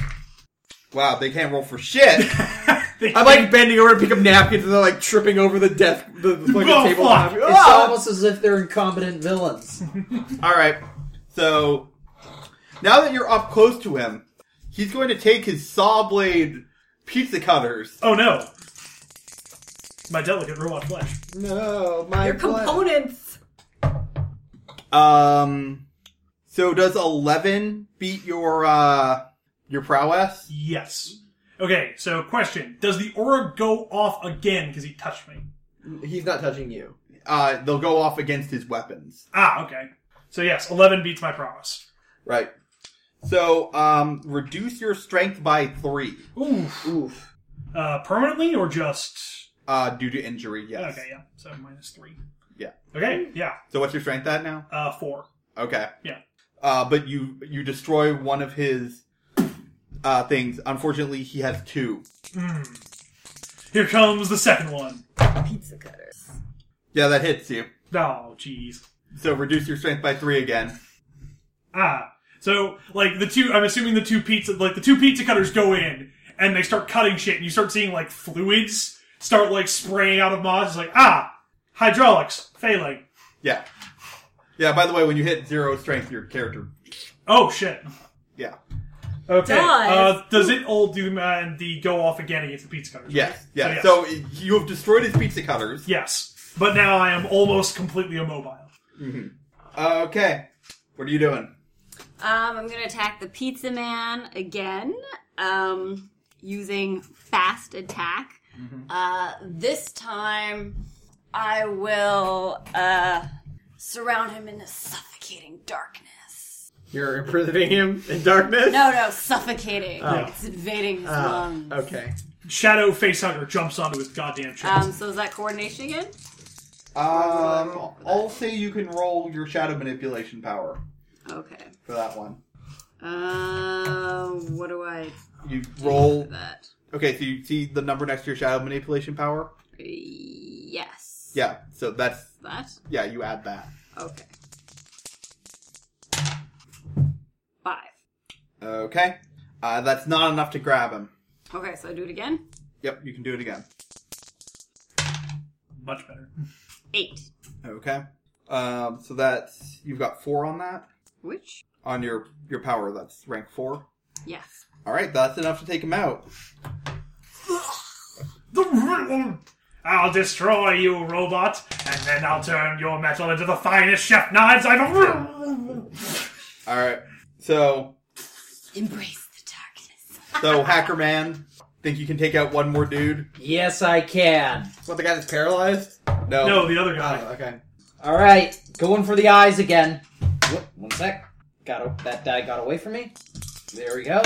Speaker 2: Wow, they can't roll for shit.
Speaker 7: I'm like bending over to pick up napkins and they're like tripping over the desk, the, the fucking
Speaker 3: Oh,
Speaker 7: table.
Speaker 3: fuck.
Speaker 7: Ah!
Speaker 5: It's almost as if they're incompetent villains.
Speaker 2: All right. So now that you're up close to him, he's going to take his saw blade pizza cutters.
Speaker 3: Oh no! My delicate robot flesh.
Speaker 7: No, my
Speaker 6: Your components.
Speaker 2: Um. So does eleven beat your uh your prowess?
Speaker 3: Yes. Okay, so question. Does the aura go off again because he touched me?
Speaker 7: He's not touching you.
Speaker 2: Uh, they'll go off against his weapons.
Speaker 3: Ah, okay. So yes, 11 beats my prowess.
Speaker 2: Right. So um, reduce your strength by three.
Speaker 3: Oof. Oof. Uh, permanently or just...
Speaker 2: Uh, due to injury. Yes.
Speaker 3: Okay, yeah. So minus 3.
Speaker 2: Yeah.
Speaker 3: Okay, yeah.
Speaker 2: So what's your strength at now?
Speaker 3: Uh, 4.
Speaker 2: Okay.
Speaker 3: Yeah.
Speaker 2: Uh, but you you destroy one of his uh things. Unfortunately, he has two.
Speaker 3: Here comes the second one.
Speaker 4: Pizza cutters.
Speaker 2: Yeah, that hits you.
Speaker 3: Oh, jeez.
Speaker 2: So reduce your strength by three again.
Speaker 3: Ah. So, like, the two... I'm assuming the two pizza... Like, the two pizza cutters go in, and they start cutting shit, and you start seeing, like, fluids start, like, spraying out of mods. It's like, ah! Hydraulics. Failing.
Speaker 2: Yeah. Yeah. By the way, when you hit zero strength, your character.
Speaker 3: Oh, shit.
Speaker 2: Yeah.
Speaker 3: Okay.
Speaker 6: Does.
Speaker 3: Uh, does it all do man the go off again against the pizza cutters?
Speaker 2: Yes.
Speaker 3: So,
Speaker 2: Yeah.
Speaker 3: yes.
Speaker 2: So, you have destroyed his pizza cutters.
Speaker 3: Yes. But now I am almost completely immobile.
Speaker 2: Uh, Okay. What are you doing?
Speaker 6: Um, I'm gonna attack the pizza man again. Um, using fast attack.
Speaker 5: Mm-hmm.
Speaker 6: Uh, this time I will uh surround him in a suffocating darkness.
Speaker 5: You're imprisoning him in darkness? Oh.
Speaker 6: No, no, suffocating. It's invading his lungs.
Speaker 5: Okay.
Speaker 3: Shadow facehugger jumps onto his goddamn chest.
Speaker 6: Um, so is that coordination again?
Speaker 2: Um, I'll say you can roll your shadow manipulation power
Speaker 6: Okay.
Speaker 2: for that one.
Speaker 6: Uh, what do I
Speaker 2: You
Speaker 6: do
Speaker 2: roll.
Speaker 6: for that?
Speaker 2: Okay, so you see the number next to your shadow manipulation power?
Speaker 6: Yes.
Speaker 2: Yeah, so that's.
Speaker 6: That?
Speaker 2: Yeah, you add that.
Speaker 6: Okay. Five.
Speaker 2: Okay. Uh, that's not enough to grab him.
Speaker 6: Okay, so I do it again.
Speaker 2: Yep, you can do it again.
Speaker 3: Much better.
Speaker 6: Eight.
Speaker 2: Okay. Um, so that's. You've got four on that?
Speaker 6: Which?
Speaker 2: On your, your power, that's rank four.
Speaker 6: Yes.
Speaker 2: Alright, that's enough to take him out.
Speaker 3: I'll destroy you, robot, and then I'll turn your metal into the finest chef knives I've ever.
Speaker 2: Alright. So,
Speaker 6: Embrace the darkness.
Speaker 2: so Hacker Man, think you can take out one more dude?
Speaker 8: Yes, I can.
Speaker 5: What, the guy that's paralyzed?
Speaker 2: No.
Speaker 3: No, the other
Speaker 2: Oh,
Speaker 3: guy.
Speaker 2: okay.
Speaker 8: All right, going for the eyes again. Whoop, one sec. Got a, that die got away from me. There we go.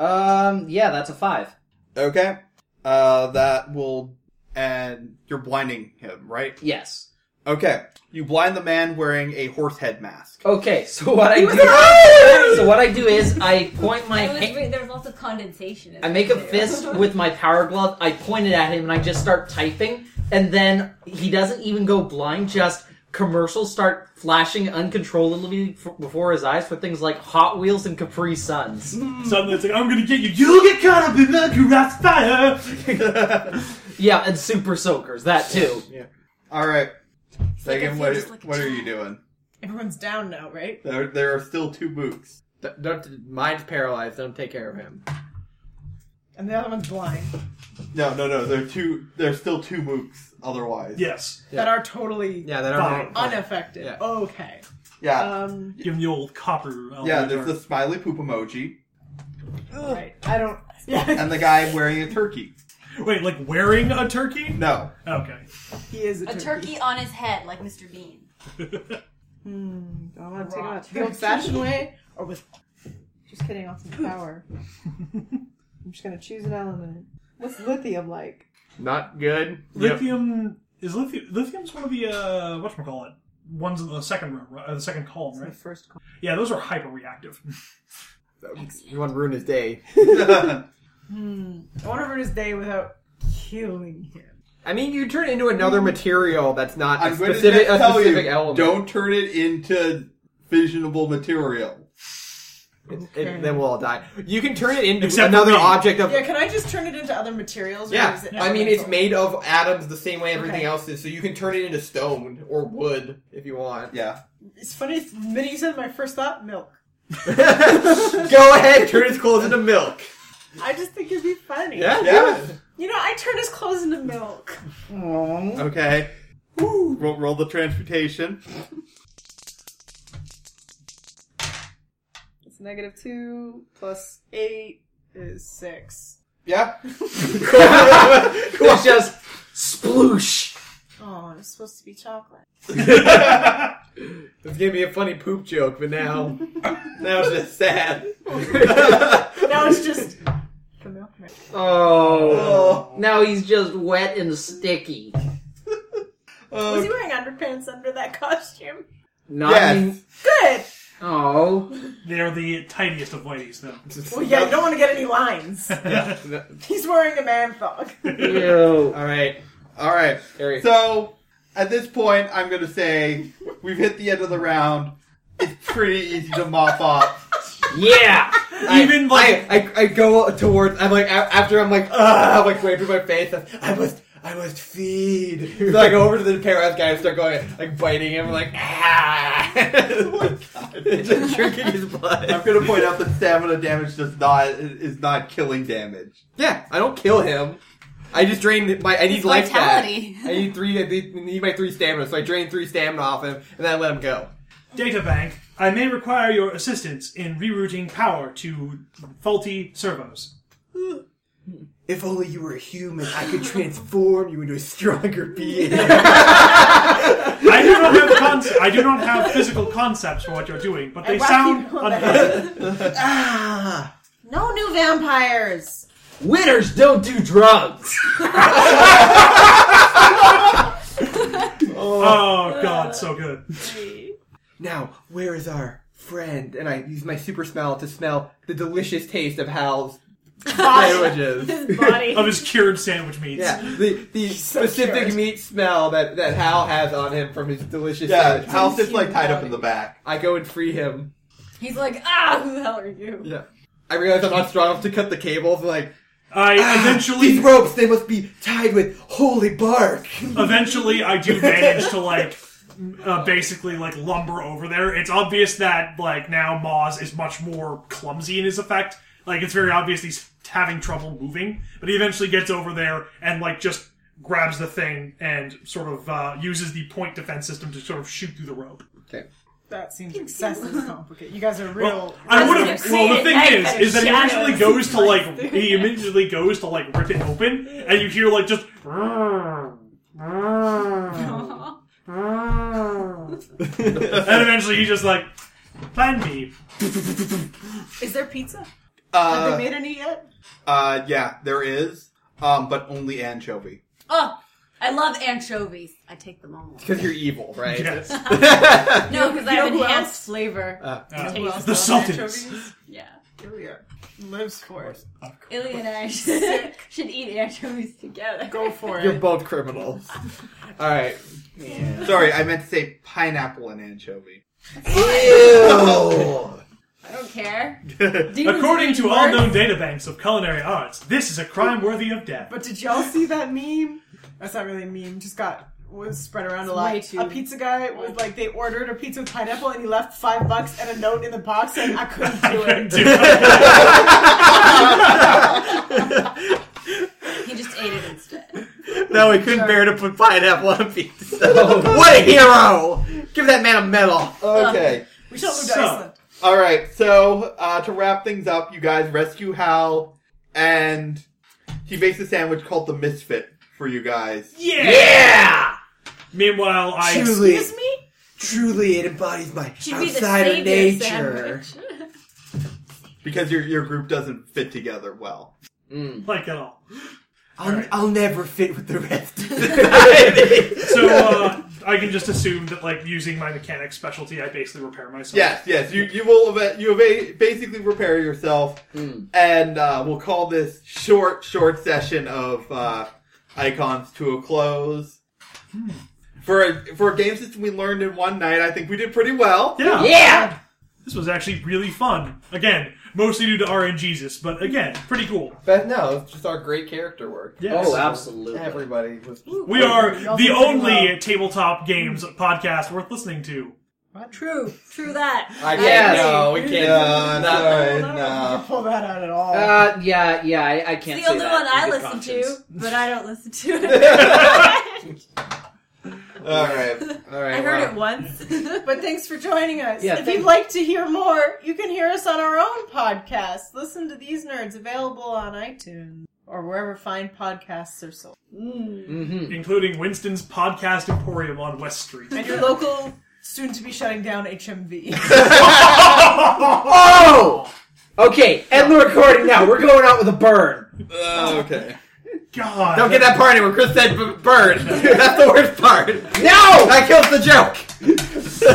Speaker 8: Um, yeah, that's a five.
Speaker 2: Okay. Uh, that will. And you're blinding him, right?
Speaker 8: Yes.
Speaker 2: Okay. You blind the man wearing a horse head mask.
Speaker 8: Okay, so what I
Speaker 5: "Oh!"
Speaker 8: do? so what I do is I point my.
Speaker 9: It was,
Speaker 8: hand-
Speaker 9: weird. there was lots of condensation. in
Speaker 8: I
Speaker 9: it,
Speaker 8: make a
Speaker 9: too.
Speaker 8: fist with my power glove. I point it at him, and I just start typing. And then he doesn't even go blind. Just commercials start flashing uncontrollably f- before his eyes for things like Hot Wheels and Capri Suns.
Speaker 3: Suddenly it's like, I'm gonna get you. You'll get caught up in the grass fire.
Speaker 8: yeah, and Super Soakers. That too.
Speaker 2: Alright.
Speaker 6: like I
Speaker 2: Sagan,
Speaker 6: feel
Speaker 2: what,
Speaker 6: just like a
Speaker 2: what are
Speaker 6: child.
Speaker 2: you doing?
Speaker 4: Everyone's down now, right?
Speaker 2: There, there are still two mooks.
Speaker 5: D- don't, mine's paralyzed. Don't take care of him.
Speaker 4: And the other one's blind.
Speaker 2: No, no, no. There are two. There's still two mooks. Otherwise,
Speaker 3: Yes.
Speaker 4: That are totally
Speaker 5: Yeah, that
Speaker 3: Fine.
Speaker 5: are.
Speaker 4: unaffected.
Speaker 5: Yeah.
Speaker 4: Okay.
Speaker 2: yeah,
Speaker 4: Um,
Speaker 3: Give him the old copper.
Speaker 5: Oh,
Speaker 3: uh,
Speaker 2: yeah. There's
Speaker 3: jar.
Speaker 2: the smiley poop emoji
Speaker 4: right. I don't. Yeah,
Speaker 2: and the guy wearing a turkey.
Speaker 3: Wait, like wearing a turkey?
Speaker 2: No,
Speaker 3: Okay.
Speaker 4: he is a,
Speaker 9: A turkey on his head, like Mr. Bean.
Speaker 4: Do I want to take him
Speaker 9: Raw
Speaker 4: out the old-fashioned way or with? Just kidding. I'll take power. I'm just gonna choose an element. What's lithium like?
Speaker 5: Not good.
Speaker 3: Lithium is lithium. Lithium's one of the uh, what call it? Ones in the second row, right? uh, the second column,
Speaker 4: The
Speaker 3: right?
Speaker 4: first. call.
Speaker 3: Yeah, those are hyperreactive.
Speaker 5: You want to ruin his day.
Speaker 4: I want to ruin his day without killing him.
Speaker 5: I mean, you turn into another material that's not a
Speaker 2: I'm going to
Speaker 5: specific,
Speaker 2: just
Speaker 5: a
Speaker 2: tell
Speaker 5: specific
Speaker 2: you.
Speaker 5: element.
Speaker 2: Don't turn it into fissionable material.
Speaker 5: It- it- then we'll all die. You can turn it into
Speaker 3: Except for
Speaker 5: another
Speaker 3: me.
Speaker 5: object of.
Speaker 4: Yeah, can I just turn it into other materials? Or
Speaker 5: Yeah,
Speaker 4: is it
Speaker 5: I mean it's
Speaker 4: elemental?
Speaker 5: made of atoms the same way everything
Speaker 4: Okay.
Speaker 5: else is, so you can turn it into stone or wood if you want.
Speaker 2: Yeah,
Speaker 4: It's funny. The minute you said my first thought, milk.
Speaker 5: Go ahead, turn his clothes into milk.
Speaker 4: I just think it'd be funny.
Speaker 5: Yeah,
Speaker 2: yeah.
Speaker 4: You know, I turn his clothes into milk.
Speaker 2: Okay. Roll, roll the transmutation.
Speaker 4: It's negative two plus eight is six.
Speaker 2: Yeah.
Speaker 8: It's just sploosh.
Speaker 4: Oh, it's supposed to be chocolate.
Speaker 5: It's gonna be a funny poop joke, but now,
Speaker 2: That was just sad.
Speaker 4: Now it's just the milkman.
Speaker 8: Oh. Now he's just wet and sticky.
Speaker 4: Was he wearing underpants under that costume?
Speaker 8: Not
Speaker 2: Yes.
Speaker 8: any-
Speaker 4: Good.
Speaker 8: oh.
Speaker 3: they are the tiniest of whiteys, though.
Speaker 4: Well, yeah, you don't want to get any lines. He's wearing a man fog.
Speaker 8: Ew.
Speaker 5: all right,
Speaker 2: All right.
Speaker 5: Harry.
Speaker 2: So at this point, I'm going to say we've hit the end of the round. It's pretty easy to mop up.
Speaker 8: Yeah.
Speaker 3: Even like
Speaker 5: I, I, I go towards. I'm like a- after I'm like ah, I'm like wiping my face. I'm, I must I must feed. So I go over to the paralyzed guy and start going like biting him. like ah, just drinking his
Speaker 2: I'm
Speaker 5: blood.
Speaker 2: going to point out that stamina damage does not is not killing damage.
Speaker 5: Yeah, I don't kill him. I just drain my. I need life back.
Speaker 6: vitality.
Speaker 5: I need three. I need- need my three stamina, so I drain three stamina off him, and then I let him go.
Speaker 3: data bank, I may require your assistance in rerouting power to faulty servos.
Speaker 5: If only you were a human, I could transform you into a stronger being.
Speaker 3: I do not have concept. I do not have physical concepts for what you're doing, but they
Speaker 4: And whack
Speaker 3: sound
Speaker 4: people in the
Speaker 3: unpleasant.
Speaker 4: No new vampires.
Speaker 5: Winners don't do drugs.
Speaker 3: Oh god, so good.
Speaker 7: Now, where is our friend? And I use my super smell to smell the delicious taste of Hal's sandwiches.
Speaker 4: His body.
Speaker 3: Of his cured sandwich meats.
Speaker 7: Yeah, the, the specific
Speaker 4: cured.
Speaker 7: meat smell that, that Hal has on him from his delicious
Speaker 2: Yeah,
Speaker 7: sandwiches.
Speaker 2: Hal's just like tied up in the back.
Speaker 7: I go and free him.
Speaker 6: He's like, ah, who the hell are you?
Speaker 7: Yeah. I realize I'm not strong enough to cut the cables. Like,
Speaker 3: I eventually
Speaker 7: these ropes, they must be tied with holy bark.
Speaker 3: eventually I do manage to like uh, basically like lumber over there. It's obvious that like now Moz is much more clumsy in his effect. Like it's very obvious he's having trouble moving, but he eventually gets over there and like just grabs the thing and sort of uh, uses the point defense system to sort of shoot through the rope.
Speaker 4: That seems excessively complicated. You guys are real.
Speaker 3: I
Speaker 10: That's
Speaker 3: would
Speaker 10: what I'm
Speaker 3: have.
Speaker 10: saying,
Speaker 3: Well, the thing
Speaker 10: like,
Speaker 3: is,
Speaker 10: that
Speaker 3: is that he
Speaker 10: shadows.
Speaker 3: immediately goes to like he immediately goes to like rip it open, and you hear like just. and eventually he's just like, plan B.
Speaker 4: Is there pizza? Have
Speaker 2: Uh,
Speaker 4: they made any yet?
Speaker 2: uh, yeah, there is, um, but only anchovy.
Speaker 6: Oh, I love anchovies. I take them all.
Speaker 7: Because you're evil, right?
Speaker 3: Yes.
Speaker 6: No, because I
Speaker 4: you know
Speaker 6: have
Speaker 4: who
Speaker 6: enhanced
Speaker 4: else?
Speaker 6: flavor.
Speaker 3: Uh,
Speaker 6: Taste.
Speaker 3: the Sultans.
Speaker 4: Anchovies?
Speaker 6: yeah.
Speaker 4: Ilya lives for it.
Speaker 6: Illy and I should, should eat anchovies together.
Speaker 4: Go for
Speaker 7: You're
Speaker 4: it.
Speaker 7: both criminals. All right.
Speaker 2: Sorry, I meant to say pineapple and anchovy.
Speaker 7: Ew.
Speaker 6: I don't care.
Speaker 3: According to all known databanks of culinary arts, this is a crime worthy of death.
Speaker 4: But did y'all see that meme? That's not really a meme. Just got was spread around a
Speaker 6: way
Speaker 4: lot.
Speaker 6: too-
Speaker 4: A pizza guy was like, they ordered a pizza with pineapple, and he left five bucks and a note in the box saying, "I couldn't do it."
Speaker 6: He just ate it instead.
Speaker 7: No, he couldn't bear to put pineapple on pizza. what a hero! Give that man a medal.
Speaker 2: Okay.
Speaker 4: We shall move to
Speaker 3: So-
Speaker 4: Iceland.
Speaker 2: All right, so uh, to wrap things up, you guys rescue Hal, and he bakes a sandwich called the Misfit for you guys.
Speaker 3: yeah. Meanwhile, I
Speaker 4: Excuse me.
Speaker 7: truly, it embodies my
Speaker 6: Should be the savior sandwich.
Speaker 2: because your your group doesn't fit together well.
Speaker 5: Mm.
Speaker 3: like at all.
Speaker 7: I'll, I'll never fit with the rest.
Speaker 3: So uh, I can just assume that, like, using my mechanic specialty, I basically repair myself.
Speaker 2: Yes, yes, you you will eva- you eva- basically repair yourself, and uh, we'll call this short short session of uh, icons to a close. For a, for a game system we learned in one night, I think we did pretty well.
Speaker 3: Yeah.
Speaker 5: Yeah.
Speaker 3: This was actually really fun. Again, mostly due to RNGesus, but again, pretty cool.
Speaker 7: but no, it's just our great character work.
Speaker 3: Yes.
Speaker 5: Oh, absolutely.
Speaker 7: Everybody was.
Speaker 3: We are
Speaker 4: Y'all
Speaker 3: the
Speaker 4: did
Speaker 3: only
Speaker 4: pretty
Speaker 3: tabletop games podcast worth listening to.
Speaker 6: True. True that.
Speaker 7: I
Speaker 5: Yes.
Speaker 7: No, we can't.
Speaker 2: Yeah,
Speaker 7: Not-
Speaker 2: sorry,
Speaker 4: I don't know if we
Speaker 2: no.
Speaker 4: can pull that out at all.
Speaker 5: Uh, yeah, yeah. I, I can't.
Speaker 6: It's the
Speaker 5: say
Speaker 6: only
Speaker 5: that
Speaker 6: one
Speaker 5: in
Speaker 6: I
Speaker 5: good
Speaker 6: listen
Speaker 5: conscience.
Speaker 6: to, but I don't listen to it.
Speaker 2: All right.
Speaker 7: All right.
Speaker 6: I heard
Speaker 7: wow.
Speaker 6: it once.
Speaker 4: But thanks for joining us.
Speaker 5: Yeah,
Speaker 4: if
Speaker 5: thank-
Speaker 4: you'd like to hear more, you can hear us on our own podcast. Listen to These Nerds, available on iTunes or wherever fine podcasts are sold.
Speaker 3: including Winston's Podcast Emporium on West Street.
Speaker 4: And your local, soon to be shutting down HMV.
Speaker 5: Oh. Okay. End the recording now. We're going out with a burn.
Speaker 2: Uh, okay.
Speaker 3: God.
Speaker 7: Don't get that part in where Chris said b- bird. That's the worst part. No! That kills the joke.